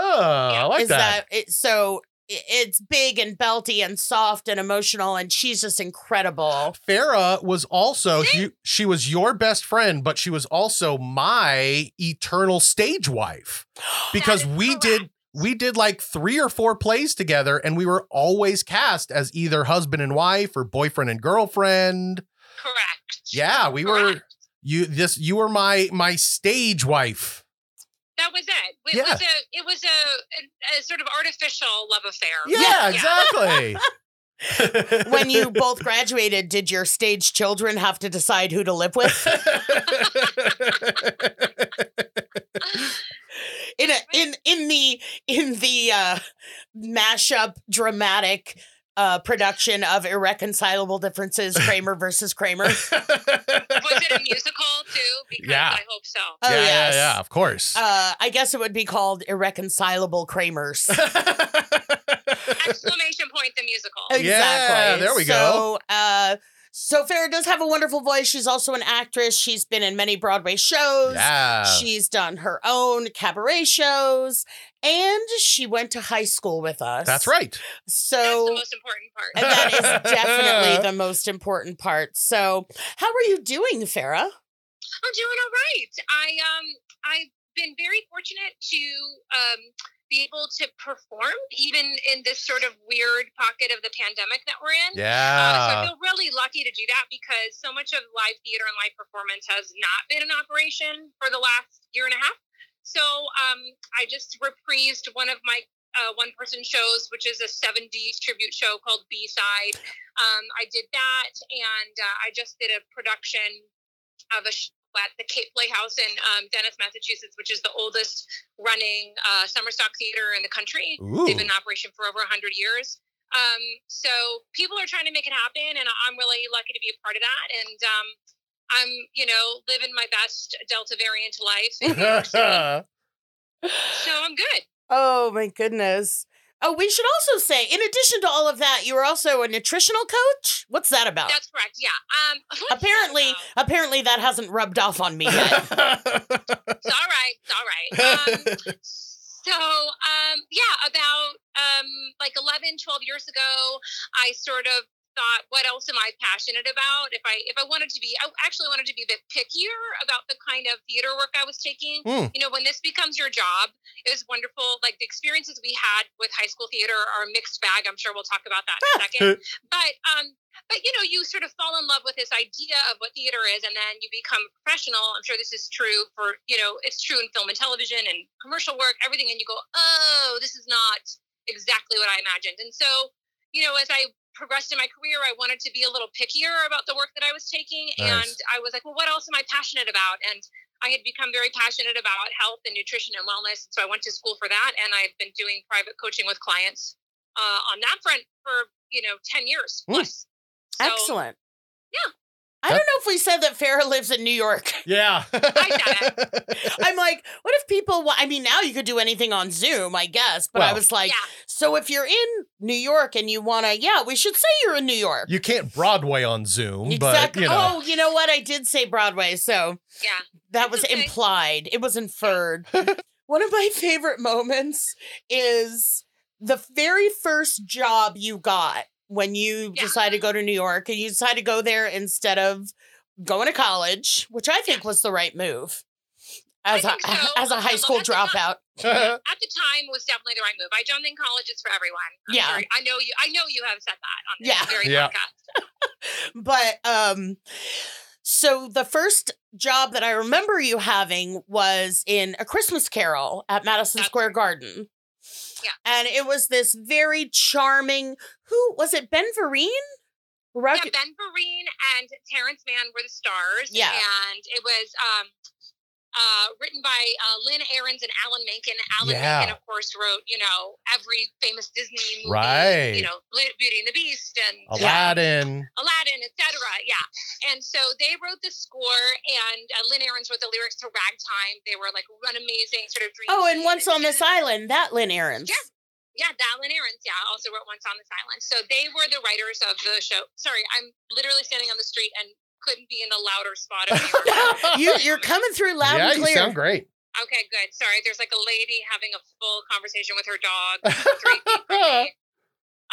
I like
Is
that.
it, so i- it's big and belty and soft and emotional and she's just incredible
Farah was also you, she was your best friend, but she was also my eternal stage wife because we did we did like three or four plays together, and we were always cast as either husband and wife or boyfriend and girlfriend.
Correct.
Yeah, we were
Correct.
you this you were my my stage wife.
That was it. It
Yeah.
was a it was a, a, a sort of artificial love affair.
Yeah, exactly.
Oh, when you both graduated did your stage children have to decide who to live with in a, in in the in the uh mashup dramatic uh, production of Irreconcilable Differences, Kramer versus Kramer. Oh,
Was it a musical too? Because
Yeah.
I hope so.
Oh,
yeah,
yes.
yeah, yeah, of course.
Uh, I guess it would be called Irreconcilable Kramers.
Exclamation point! The musical.
exactly.
Yeah, there we go.
So, uh, so Farrah does have a wonderful voice. She's also an actress. She's been in many Broadway shows.
yeah.
She's done her own cabaret shows, and she went to high school with us.
That's right.
That's the
So
most important part.
and that is definitely the most important part. So, how are you doing, Farah?
I'm doing all Oh, right. I um I've been very fortunate to um be able to perform even in this sort of weird pocket of the pandemic that we're in. Uh, so I
Yeah.
feel really lucky to do that because so much of live theater and live performance has not been in operation for the last year and a half. So um, I just reprised one of my uh, one person shows, which is a 70s tribute show called B Side. Um, I did that, and uh, I just did a production of a show at the Cape Playhouse in um, Dennis, Massachusetts, which is the oldest running uh, summer stock theater in the country. They've been in operation for over 100 years. Um, so people are trying to make it happen, and I'm really lucky to be a part of that. And um, I'm, you know, living my best Delta variant life.
uh,
In New York City. so I'm good.
Oh my goodness. Oh, we should also say, in addition to all of that, you were also a nutritional coach. What's that about?
That's correct. Yeah. Um, what's that
apparently,
about?
apparently that hasn't rubbed off on me yet.
it's all right. It's all right. Um, so, um, yeah, about um, like 11, 12 years ago, I sort of thought, what else am I passionate about? If I if I wanted to be, I actually wanted to be a bit pickier about the kind of theater work I was taking.
Hmm.
You know, when this becomes your job, it was wonderful. Like the experiences we had with high school theater are a mixed bag. I'm sure we'll talk about that in a second. But um, but you know, you sort of fall in love with this idea of what theater is, and then you become a professional. I'm sure this is true for you know, it's true in film and television and commercial work, everything. And you go, oh, this is not exactly what I imagined. And so, you know, as I progressed in my career, I wanted to be a little pickier about the work that I was taking,
Nice.
and I was like, well, what else am I passionate about? And I had become very passionate about health and nutrition and wellness, so I went to school for that, and I've been doing private coaching with clients uh, on that front for you know ten years
Hmm.
plus. So-
Excellent.
Yeah.
I don't know if we said that Farah lives in New York.
yeah.
I'm like, what if people? wa- I mean, now you could do anything on Zoom, I guess. But I
Well-
was like,
Yeah.
so if you're in New York and you want to, yeah, we should say you're in New York.
you can't Broadway on Zoom, but you know.
Oh, you know what? I did say Broadway, so
Yeah.
that was
okay.
implied. It was inferred. One of my favorite moments is the very first job you got when you
Yeah.
decide to go to New York and you decide to go there instead of going to college, which I think was the right move. As a
think so.
as a high
Although
school
that's not-
dropout. Oh,
at the time was definitely the right move. I don't think college is for everyone. I'm
Yeah.
sorry. I know you. I know you have said that on this
Yeah.
very
Yeah.
podcast.
but um so the first job that I remember you having was in A Christmas Carol at Madison
That's
Square Garden.
Yeah.
And it was this very charming who was it Ben Vereen? Rug-
Yeah, Ben Vereen and Terrence Mann were the stars.
Yeah.
and it was um, uh, written by uh, Lynn Ahrens and Alan Menken. Alan
Yeah.
Menken, of course, wrote you know every famous Disney movie,
Right.
You know, Beauty and the Beast and
Aladdin.
Aladdin, etc. Yeah. And so they wrote the score, and uh, Lynn Ahrens wrote the lyrics to Ragtime. They were like an amazing sort of dream.
oh,
team.
and once on this
Jen-
island, that Lynn Aarons.
Yeah. Yeah, that Lynn Ahrens. Yeah, also wrote Once on This Island. So they were the writers of the show. Sorry, I'm literally standing on the street and couldn't be in a louder spot. Of New York.
you, you're coming through loud
yeah,
and
you
clear.
sound great.
okay, good. Sorry, there's like a lady having a full conversation with her dog. Three feet from me.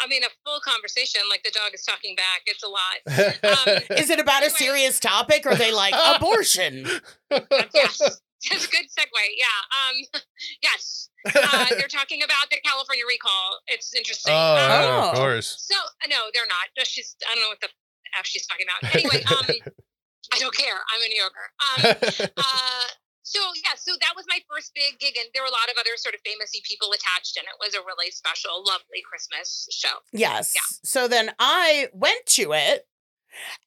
I mean, a full conversation. Like the dog is talking back. It's a lot. Um,
Is it about a
Anyway.
serious topic? Or are they like abortion?
yes. That's a good segue. Yeah. Um, yes. Uh, they're talking about the California recall. It's interesting.
oh,
Um,
no,
Oh.
of course.
So uh, no, they're not. No, She's I don't know what the f she's talking about. Anyway, um, I don't care. I'm a New Yorker. Um, uh, so yeah, so that was my first big gig, and there were a lot of other sort of famousy people attached, and it was a really special, lovely Christmas show.
Yes. So then I went to it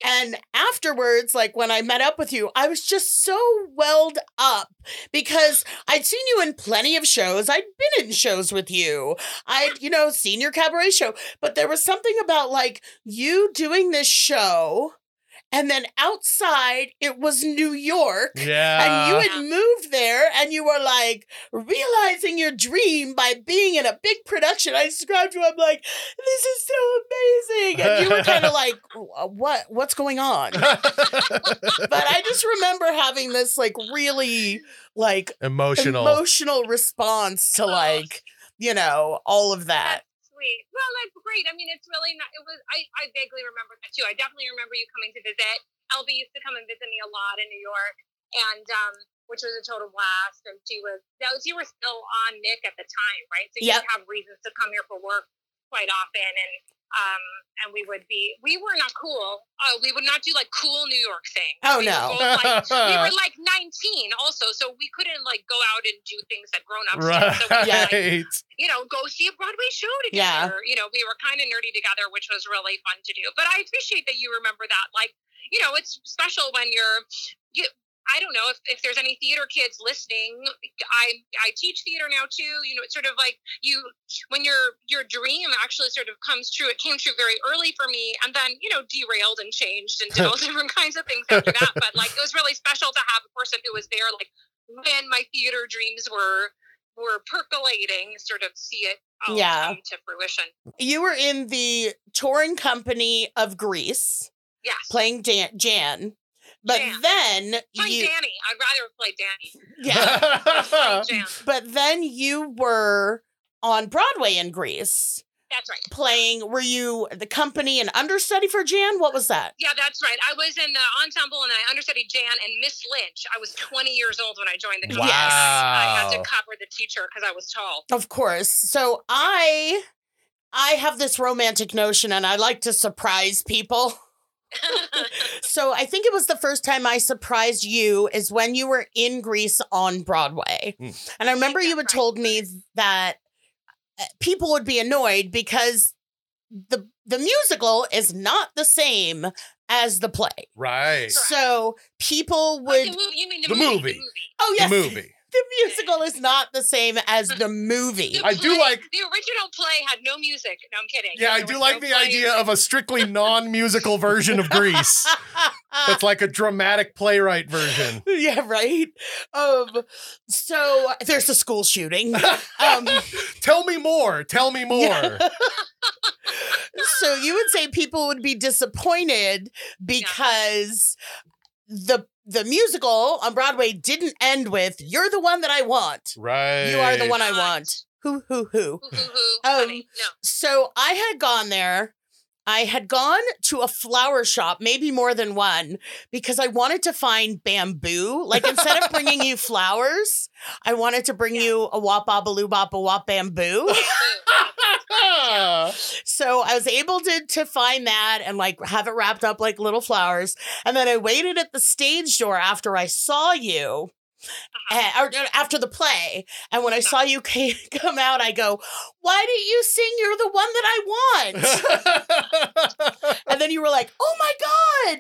And afterwards, like when I met up with you, I was just so welled up because I'd seen you in plenty of shows. I'd been in shows with you. I'd, you know, seen your cabaret show. But there was something about like you doing this show and then outside it was New York. And you
Yeah.
had moved there and you were like realizing your dream by being in a big production. I described you, I'm like, this is so amazing. And you were kind of like, "Wh- what what's going on? But I just remember having this like really like
Emotional.
emotional response to like, you know, all of that.
Sweet. Well, that's great. I mean, it's really not. It was. I, I vaguely remember that too. I definitely remember you coming to visit. LB used to come and visit me a lot in New York, and um, which was a total blast. And she was. That was you were still on Nick at the time, right? So you
Yep.
would have reasons to come here for work quite often, and um, and we would be. We were not cool. Uh, we would not do like cool New York things.
Oh,
We were
no.
both, like, we were like 19 also, so we couldn't like go out and do things that grown ups
right.
did. So we were, like, you know, go see a Broadway show
Yeah.
together. You know, we were kind of nerdy together, which was really fun to do. But I appreciate that you remember that. Like, you know, it's special when you're, you, I don't know if, if there's any theater kids listening. I I teach theater now too. You know, it's sort of like you when your your dream actually sort of comes true. It came true very early for me, and then you know derailed and changed and did all different kinds of things after that. But like it was really special to have a person who was there, like when my theater dreams were were percolating, sort of see it all
Yeah.
come to fruition.
You were in the touring company of Greece
Yes.
playing Dan- Jan. But
Jan.
then
Play
you
Danny. I'd rather play Danny.
yeah,
Jam.
But then you were on Broadway in Greece
That's right.
playing. Were you the company and understudy for Jan? What was that?
Yeah, that's right. I was in the ensemble and I understudied Jan and Miss Lynch. I was 20 years old when I joined the company. I had to
Wow.
cover the teacher because I was tall.
Of course. So I I have this romantic notion and I like to surprise people. So I think it was the first time I surprised you is when you were in Greece on Broadway.
Mm.
And I remember you had
Right.
told me that uh, people would be annoyed because the the musical is not the same as the play.
Right.
So people
Like
would
the movie, you mean the,
The
movie?
movie.
Oh yes,
The movie.
the musical is not the same as the movie.
The
I do
play-
like-
the original play had no music. No, I'm kidding.
Yeah, I
There
do
was
like
no
the
play.
idea of a strictly non-musical version of Grease. That's like a dramatic playwright version.
yeah, right. Um, so there's a school shooting. Um,
Tell me more. Tell me more.
so you would say people would be disappointed because the the musical on Broadway didn't end with "You're the one that I want."
Right.
You are the one I
Right.
want. Hoo hoo hoo.
Hoo, hoo, hoo.
Um,
Funny. Uh, no.
So I had gone there. I had gone to a flower shop, maybe more than one, because I wanted to find bamboo. Like instead of bringing you flowers, I wanted to bring you a wop a wop a wop bamboo. So I was able to to find that and like have it wrapped up like little flowers. And then I waited at the stage door after I saw you. eh, or uh, after the play, and when I saw you ca- come out, I go, "Why didn't you sing? You're the one that I want." and then you were like, "Oh my god!"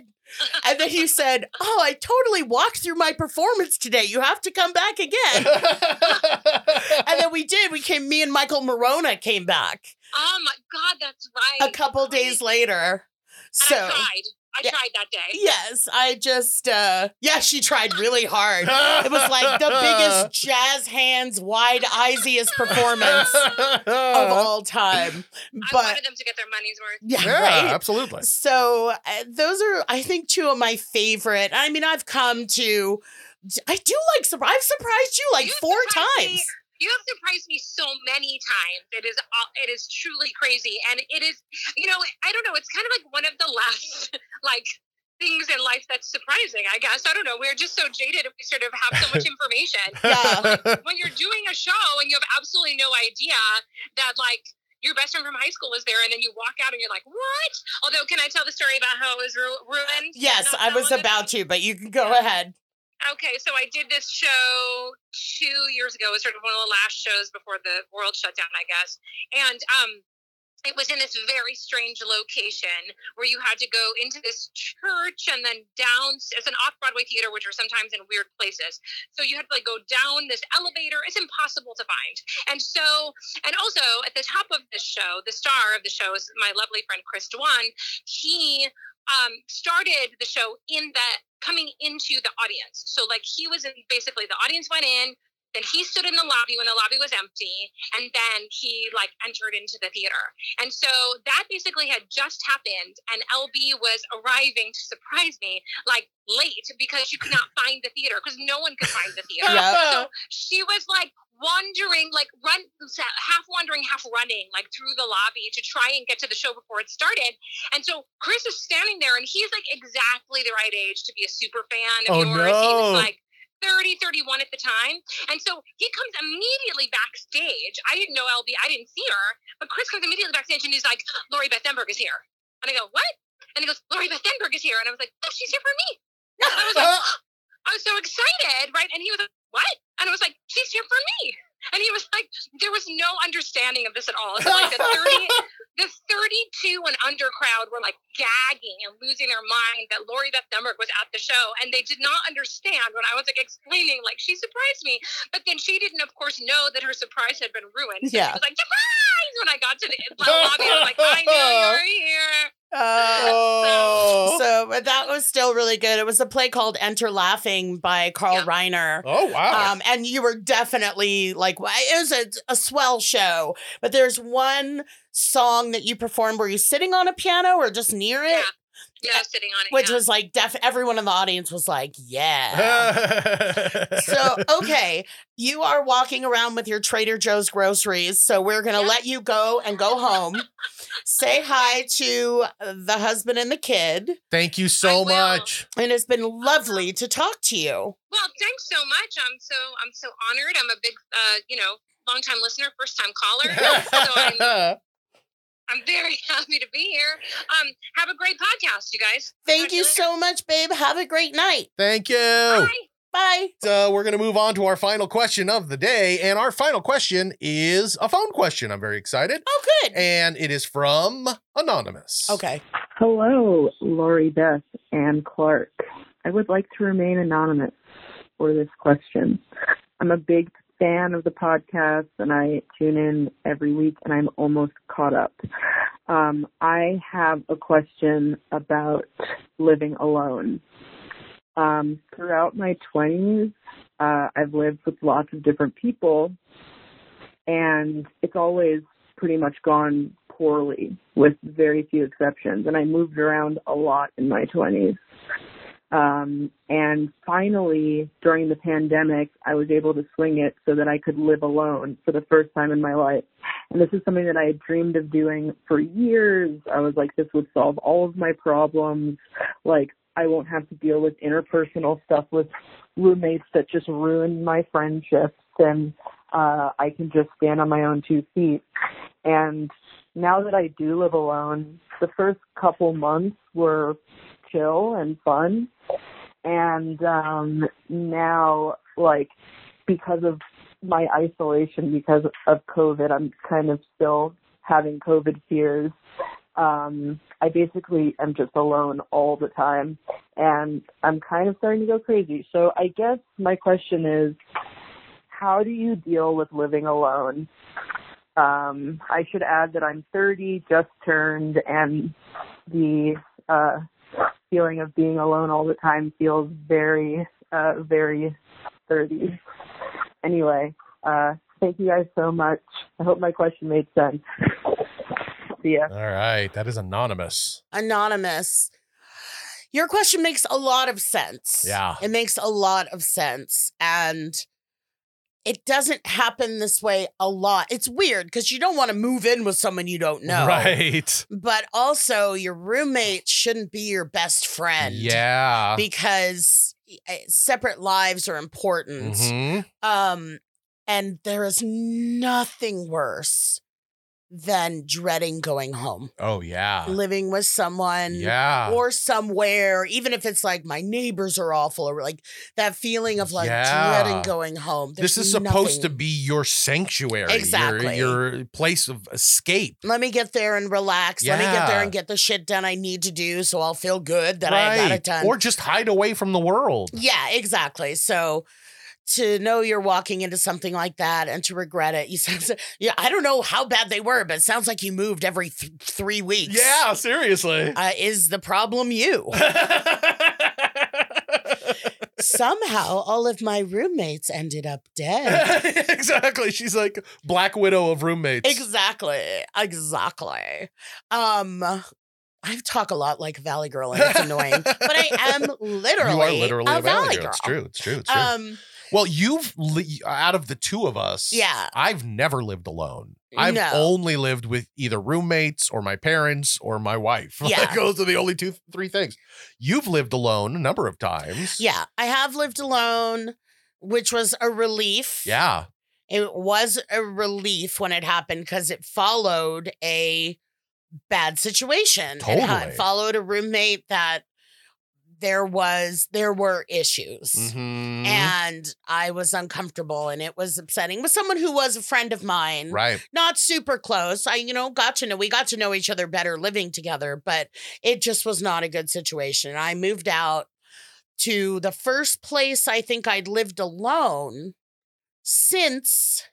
And then you said, "Oh, I totally walked through my performance today. You have to come back again." And then we did. We came. Me and Michael Morona came back
Oh my god, that's right.
a couple days later.
And I
So
tried. I
Yeah.
tried that day.
yes, I just uh yeah, she tried really hard. It was like the biggest jazz hands, wide eyesiest performance of all time.
I
But
wanted them to get their money's worth.
yeah,
Yeah,
right.
absolutely.
So uh, those are, I think, two of my favorite. I mean, I've come to, I do like surprise. I've surprised you like
You
four
surprised me.
times.
You have surprised me so many times. It is all, it is truly crazy, and it is you know I don't know. It's kind of like one of the last like things in life that's surprising. I guess I don't know. We're just so jaded. We sort of have so much information. when you're doing a show and you have absolutely no idea that like your best friend from high school is there, and then you walk out and you're like, "What?" Although, can I tell the story about how it was ru- ruined?
Yes,
Not
I
that
was
long ago?
about to, but you can go ahead.
Okay, so I did this show two years ago. It was sort of one of the last shows before the world shut down, I guess. And um, it was in this very strange location where you had to go into this church and then down it's an off-broadway theater which are sometimes in weird places so you had to like go down this elevator it's impossible to find and so and also at the top of this show the star of the show is my lovely friend chris Dwan. he um, started the show in that coming into the audience so like he was in basically the audience went in then he stood in the lobby when the lobby was empty and then he like entered into the theater and so that basically had just happened and lb was arriving to surprise me like late because she could not find the theater because no one could find the theater
Yeah.
so she was like wandering like run half wandering half running like through the lobby to try and get to the show before it started and so chris is standing there and he's like exactly the right age to be a super fan of
Oh,
yours he was
no.
like 30 31 at the time and so he comes immediately backstage. I didn't know LB, I didn't see her, but Chris comes immediately backstage and he's like, Lori Beth Denberg is here. And I go, What? And he goes, Lori Beth Denberg is here. And I was like, Oh, she's here for me. And I was like, I was so excited, right? And he was like, What? And I was like, She's here for me. And he was like, there was no understanding of this at all. So like the 30, the 32 and under crowd were like gagging and losing their mind that Lori Beth Denberg was at the show. And they did not understand when I was like explaining, like, she surprised me. But then she didn't, of course, know that her surprise had been ruined. So
Yeah.
she was like, surprise! When I got to the lobby, I was like, I knew you were here.
Uh,
Oh.
so, but that was still really good. It was a play called Enter Laughing by Carl
Yeah.
Reiner.
oh wow.
Um, and you were definitely like, wa- it was a, a swell show. But there's one song that you performed where you're sitting on a piano or just near it,
Yeah. Yeah, sitting on it.
which
yeah.
was like, def- everyone in the audience was like, yeah. so, okay, you are walking around with your Trader Joe's groceries. So, we're going to
Yeah.
let you go and go home. Say hi to the husband and the kid.
Thank you
I
so
will.
much.
And it's been lovely to talk to you.
Well, thanks so much. I'm so I'm so honored. I'm a big, uh, you know, long time listener, first time caller. so I'm, I'm very happy to be here. Um, have a great podcast, you guys.
Thank you so much, babe. Have a great night.
Thank you.
Bye.
Bye.
uh, we're going to move on to our final question of the day. And our final question is a phone question. I'm very excited.
Oh, good.
And it is from Anonymous.
Okay.
Hello, Lori Beth and Clark. I would like to remain anonymous for this question. I'm a big fan of the podcast and I tune in every week and I'm almost caught up. Um, I have a question about living alone. Um, throughout my 20s, uh, I've lived with lots of different people and it's always pretty much gone poorly with very few exceptions and i moved around a lot in my 20s um, and finally during the pandemic i was able to swing it so that i could live alone for the first time in my life and this is something that i had dreamed of doing for years i was like this would solve all of my problems like i won't have to deal with interpersonal stuff with roommates that just ruin my friendships and uh, I can just stand on my own two feet. And now that I do live alone, the first couple months were chill and fun. And um, now, like, because of my isolation, because of COVID, I'm kind of still having COVID fears. Um, I basically am just alone all the time, and I'm kind of starting to go crazy. So I guess my question is, how do you deal with living alone? Um, I should add that I'm 30, just turned, and the uh, feeling of being alone all the time feels very, uh, very 30. Anyway, uh, thank you guys so much. I hope my question made sense. See ya.
All right. That is Anonymous.
Anonymous. Your question makes a lot of sense.
Yeah.
It makes a lot of sense. And it doesn't happen this way a lot. It's weird because you don't want to move in with someone you don't know.
Right.
But also, your roommate shouldn't be your best friend.
yeah.
Because eh, separate lives are important.
Mhm.
Um, and there is nothing worse than dreading going home,
Oh yeah.
living with someone
Yeah.
or somewhere, even if it's like my neighbors are awful or like that feeling of like
Yeah.
dreading going home.
this
There's
is supposed to
nothing-
be your sanctuary, your-
Exactly. Mm,
your, place of escape.
Let me get there and relax. Let me get there
Yeah.
and get the shit done I need to do so I'll feel good that I got it done.
Or just hide away from the world.
Yeah, exactly. So to know you're walking into something like that and to regret it, you sounds yeah. I don't know how bad they were, but it sounds like you moved every th- three weeks.
Yeah, seriously.
uh, is the problem you? Somehow, all of my roommates ended up dead.
exactly. She's like Black Widow of roommates.
exactly, exactly. Um, I talk a lot like a Valley Girl, and it's annoying, but I am literally,
you are literally
a,
a valley girl. It's true. It's true. It's true.
Um,
well, you've li- out of the two of us,
Yeah.
I've never lived alone. I've
No.
only lived with either roommates or my parents or my wife.
Yeah.
Like those are the only two, three things. You've lived alone a number of times.
yeah, I have lived alone, which was a relief.
Yeah.
it was a relief when it happened because it followed a bad situation. It ha-
Totally.
followed a roommate that there was there were issues.
Mhm.
And I was uncomfortable and it was upsetting with someone who was a friend of mine.
right.
Not super close. I, you know, got to know, we got to know each other better living together, but it just was not a good situation. And I moved out to the first place I think I'd lived alone since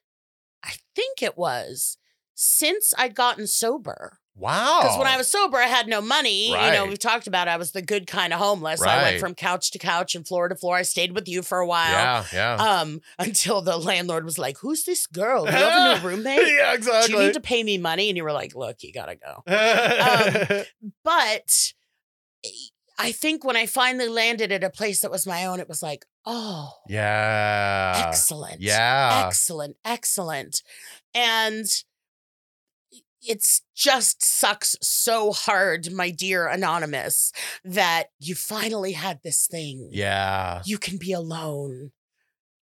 I think it was since I'd gotten sober.
Wow.
Because when I was sober, I had no money. You know,
Oh. Right.
we've talked about it. I was the good kind of homeless. I went
Right.
from couch to couch and floor to floor. I stayed with you for a while.
yeah, yeah,
Um, until the landlord was like, Who's this girl? Do you have a new roommate?
yeah,
Do
exactly.
you need to pay me money? And you were like, Look, you gotta go. um, But eh, I think when I finally landed at a place that was my own, it was like, Oh,
yeah,
excellent.
Uh, yeah,
Excellent. Excellent. And it's just sucks so hard, my dear Anonymous, that you finally had this thing.
yeah.
You can be alone.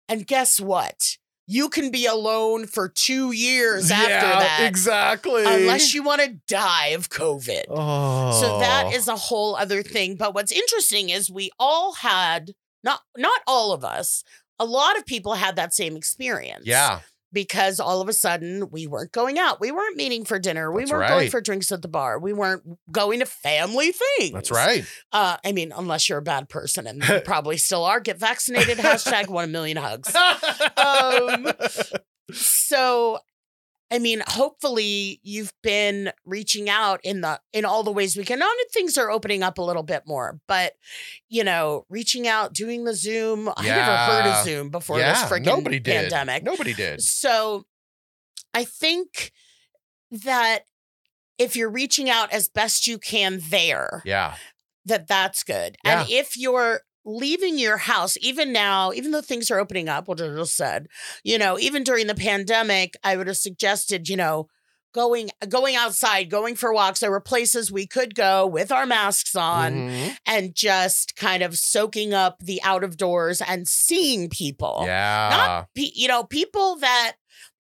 And guess what? You can be alone for two years after
Yeah,
that.
exactly.
Unless you want to die of COVID.
Oh,
So that is a whole other thing. But what's interesting is we all had not not all of us. A lot of people had that same experience.
yeah,
Because all of a sudden we weren't going out. We weren't meeting for dinner. We
That's
weren't going
right.
for drinks at the bar. We weren't going to family things.
that's right.
Uh, I mean, unless you're a bad person and you probably still are, get vaccinated. Hashtag one million hugs. Um, So, I mean, hopefully you've been reaching out in the in all the ways we can. Now that things are opening up a little bit more, but you know, reaching out, doing the Zoom. I never heard
Yeah.
of Zoom before this
yeah,
freaking
nobody did.
pandemic.
Nobody did.
So I think that if you're reaching out as best you can there,
Yeah,
that that's good. And if you're leaving your house, even now, even though things are opening up, which I just said, you know, even during the pandemic, I would have suggested, you know, going going outside, going for walks. There were places we could go with our masks on
Mhm.
and just kind of soaking up the out of doors and seeing people
yeah,
not pe- you know people that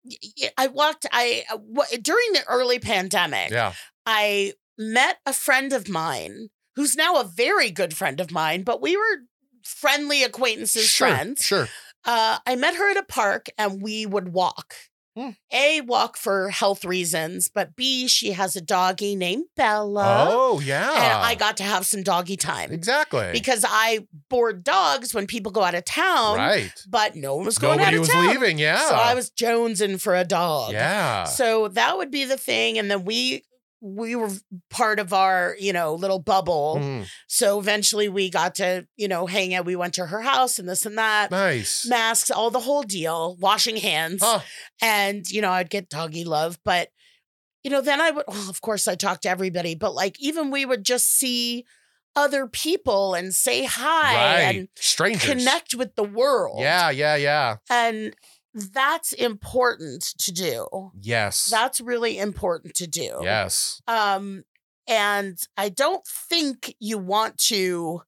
y- y- I walked I uh, wa- during the early pandemic
yeah,
I met a friend of mine who's now a very good friend of mine but we were friendly acquaintances
sure,
friends
sure.
uh, I met her at a park and we would walk
Hmm.
a walk for health reasons but B she has a doggy named Bella
Oh yeah,
and I got to have some doggy time
exactly
because I board dogs when people go out of town
right.
but no one was going
Nobody
out
was
of town
leaving. Yeah,
so I was jonesing for a dog.
Yeah,
So that would be the thing. And then we we were part of our, you know, little bubble.
Mhm.
So eventually we got to, you know, hang out. We went to her house and this and that.
nice.
Masks, all the whole deal, washing hands.
Huh.
And, you know, I'd get doggy love. But, you know, then I would well, of course I talked to everybody, but like even we would just see other people and say hi
right.
and
Strangers.
connect with the world.
Yeah, yeah, yeah.
And that's important to do.
Yes.
That's really important to do.
yes.
Um, and I don't think you want to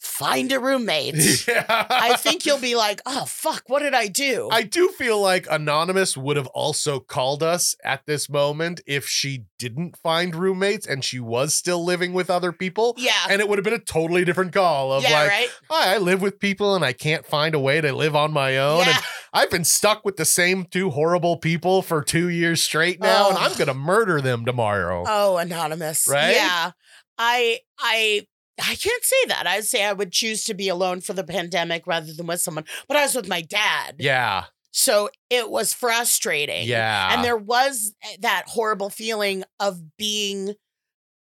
find a roommate.
Yeah.
I think you'll be like, oh, fuck, what did I do?
I do feel like Anonymous would have also called us at this moment if she didn't find roommates and she was still living with other people.
yeah.
And it would have been a totally different call of
yeah,
like,
right?
Hi, I live with people and I can't find a way to live on my own.
Yeah.
And I've been stuck with the same two horrible people for two years straight now, and
Ugh.
I'm going to murder them tomorrow.
Oh, anonymous.
Right?
Yeah. I I I can't say that. I'd say I would choose to be alone for the pandemic rather than with someone. But I was with my dad.
yeah.
So it was frustrating.
Yeah.
And there was eh, that horrible feeling of being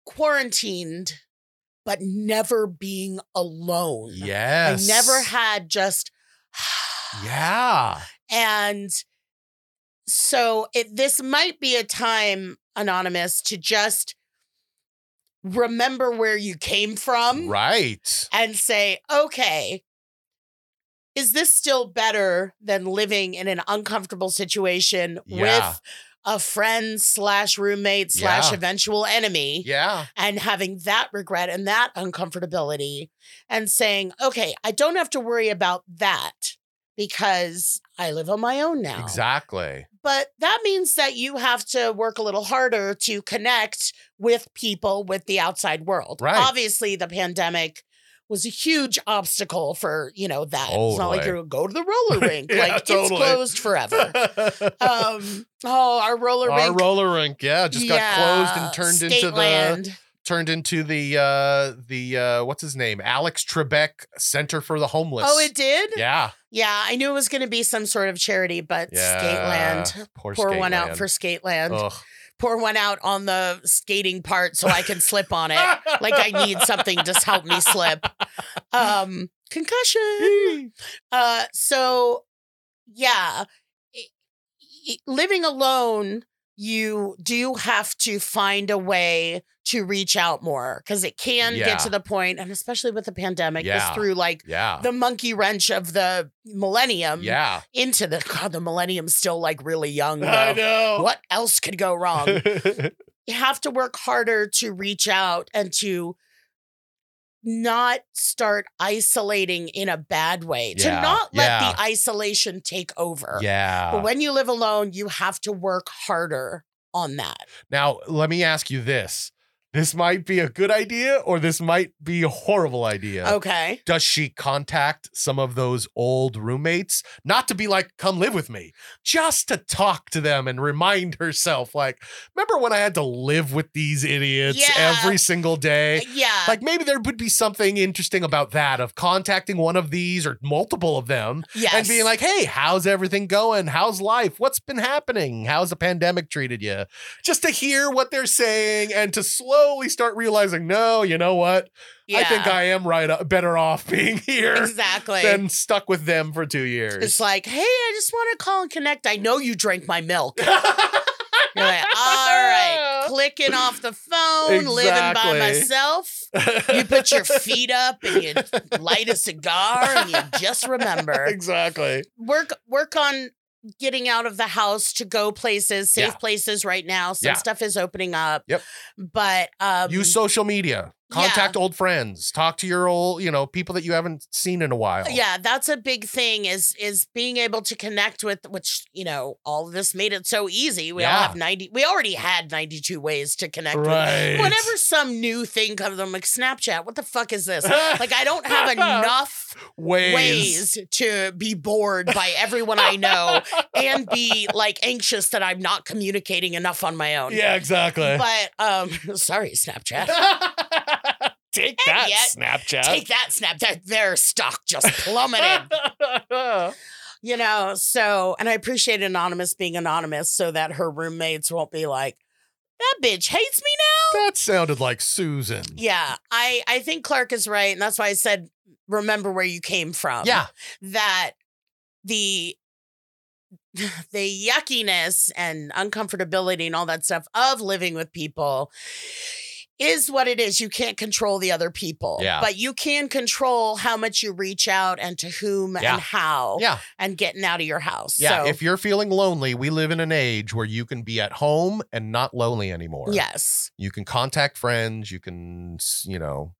quarantined, but never being alone.
Yes.
I never had just
Yeah.
And so it, this might be a time, Anonymous, to just remember where you came from
Right.
and say, okay, is this still better than living in an uncomfortable situation
Yeah.
with a friend slash roommate slash
Yeah.
eventual enemy?
Yeah.
and having that regret and that uncomfortability and saying, okay, I don't have to worry about that because I live on my own now.
Exactly.
But that means that you have to work a little harder to connect with people, with the outside world.
Right.
Obviously, the pandemic was a huge obstacle for, you know, that. It's not like
Totally.
you're going to go to the roller rink.
Yeah,
like
totally.
it's closed forever. um, oh, our roller
Our
rink.
roller rink, yeah, just got closed
Yeah,
and turned
skate
into the
land.
turned into the uh the uh what's his name? Alex Trebek Center for the Homeless.
Oh, it did?
Yeah.
Yeah, I knew it was going to be some sort of charity, but
yeah.
Skateland.
Poor,
Pour one out
Skateland.
for Skateland.
Ugh.
Pour one out on the skating part so I can slip on it. like I need something to help me slip. Um, concussion. Uh, so yeah, i- i- living alone, you do have to find a way to reach out more because it can
Yeah.
get to the point, and especially with the pandemic,
Yeah.
is through like
Yeah.
the monkey wrench of the millennium
yeah.
into the God, the millennium's still like really young.
I
though.
know.
What else could go wrong? you have to work harder to reach out and to not start isolating in a bad way.
Yeah,
To not let
yeah.
the isolation take over. But
yeah.
when you live alone, you have to work harder on that.
Now, let me ask you this. This might be a good idea or this might be a horrible idea.
Okay.
Does she contact some of those old roommates? Not to be like, come live with me, just to talk to them and remind herself, like, remember when I had to live with these idiots
Yeah.
every single day?
Yeah.
Like, maybe there would be something interesting about that of contacting one of these or multiple of them
yes.
and being like, hey, how's everything going? How's life? What's been happening? How's the pandemic treated you? Just to hear what they're saying and to slowly start realizing, no, you know what? I think I am right uh, better off being here
exactly.
than stuck with them for two years.
It's like, hey, I just want to call and connect. I know you drank my milk. You're like, all right, clicking off the phone, living by
Exactly.
myself. You put your feet up and you light a cigar and you just remember.
exactly.
Work work on getting out of the house to go places, safe
Yeah.
places right now. Some
Yeah.
stuff is opening up.
Yep.
But um
Use social media. Contact old friends. Talk to your old, you know, people that you haven't seen in a while.
yeah that's a big thing is is being able to connect with which you know all of this made it so easy we all
Yeah.
have 90 we already had 92 ways to connect
Right.
with whenever some new thing comes i'm like snapchat what the fuck is this like i don't have enough
Ways.
ways to be bored by everyone i know and be like anxious that i'm not communicating enough on my own
Yeah, exactly.
but um sorry snapchat
Take
And
that,
yet-
Snapchat.
take that snapchat their stock just plummeted you know so and i appreciate anonymous being anonymous so that her roommates won't be like that bitch hates me now
that sounded like Susan.
yeah i i think clark is right and that's why i said remember where you came from
Yeah.
that the the yuckiness and uncomfortability and all that stuff of living with people is what it is. You can't control the other people,
Yeah.
but you can control how much you reach out and to whom
Yeah.
and how
Yeah.
and getting out of your house.
Yeah.
Oh, so,
If you're feeling lonely, we live in an age where you can be at home and not lonely anymore.
yes,
you can contact friends you can s- you know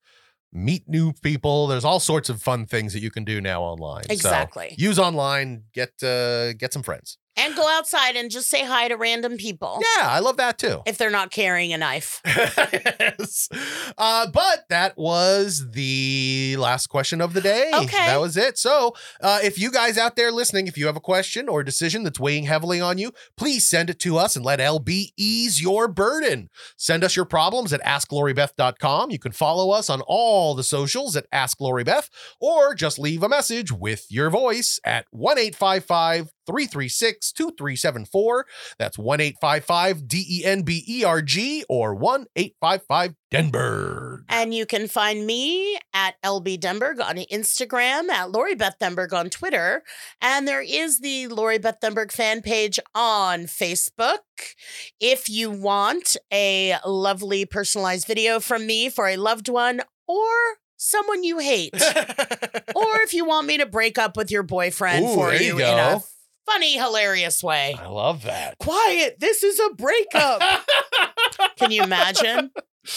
meet new people. There's all sorts of fun things that you can do now online. So
Exactly.
use online, get uh, get some friends.
And go outside and just say hi to random people
Yeah, I love that too.
if they're not carrying a knife.
yes. Uh, but that was the last question of the day.
Okay.
That was it. So uh, if you guys out there listening, if you have a question or a decision that's weighing heavily on you, please send it to us and let LB ease your burden. Send us your problems at AskLoriBeth.com. You can follow us on all the socials at Ask Lori Beth, or just leave a message with your voice at 1 336 2374. That's 1 855 D E N B E R G or 1 855 Denberg.
And you can find me at LB Denberg on Instagram, at Lori Beth Denberg on Twitter. And there is the Lori Beth Denberg fan page on Facebook. If you want a lovely personalized video from me for a loved one or someone you hate, or if you want me to break up with your boyfriend
Ooh,
for
there
you
you
in a
go.
funny, hilarious way.
I love that.
Quiet, this is a breakup. can you imagine?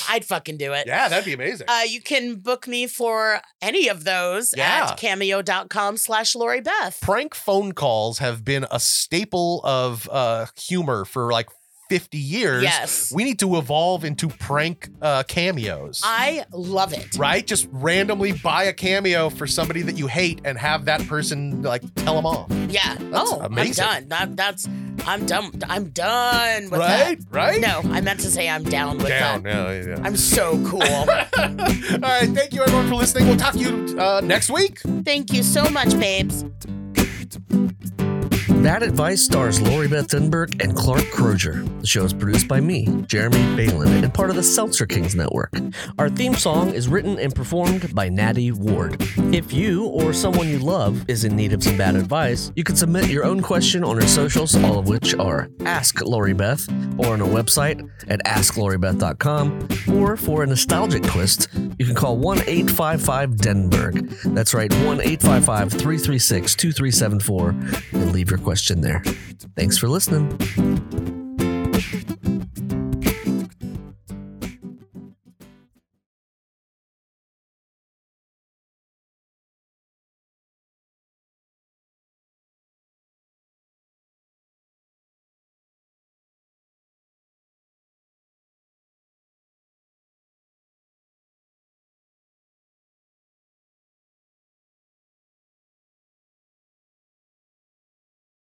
I'd fucking do it.
Yeah, that'd be amazing.
Uh, you can book me for any of those
Yeah.
at cameo.com slash Lori Beth.
Prank phone calls have been a staple of uh, humor for like 50 years.
Yes.
We need to evolve into prank uh, cameos.
I love it.
Right? Just randomly buy a cameo for somebody that you hate and have that person like tell them off.
Yeah. oh,
amazing.
I'm done. That, that's, I'm done. I'm done with
right?
that.
Right?
No, I meant to say I'm down with
Down.
that.
No, yeah.
I'm so cool.
All right. Thank you, everyone, for listening. We'll talk to you uh, next week.
Thank you so much, babes.
That Advice stars Lori Beth Denberg and Clark Crozier. The show is produced by me, Jeremy Balin, and part of the Seltzer Kings Network. Our theme song is written and performed by Natty Ward. If you or someone you love is in need of some bad advice, you can submit your own question on our socials, all of which are Ask Lori Beth, or on our website at AskLoriBeth.com, or for a nostalgic twist, you can call 1 855 Denberg. That's right, 1 855 336 2374, and leave your question there. Thanks for listening.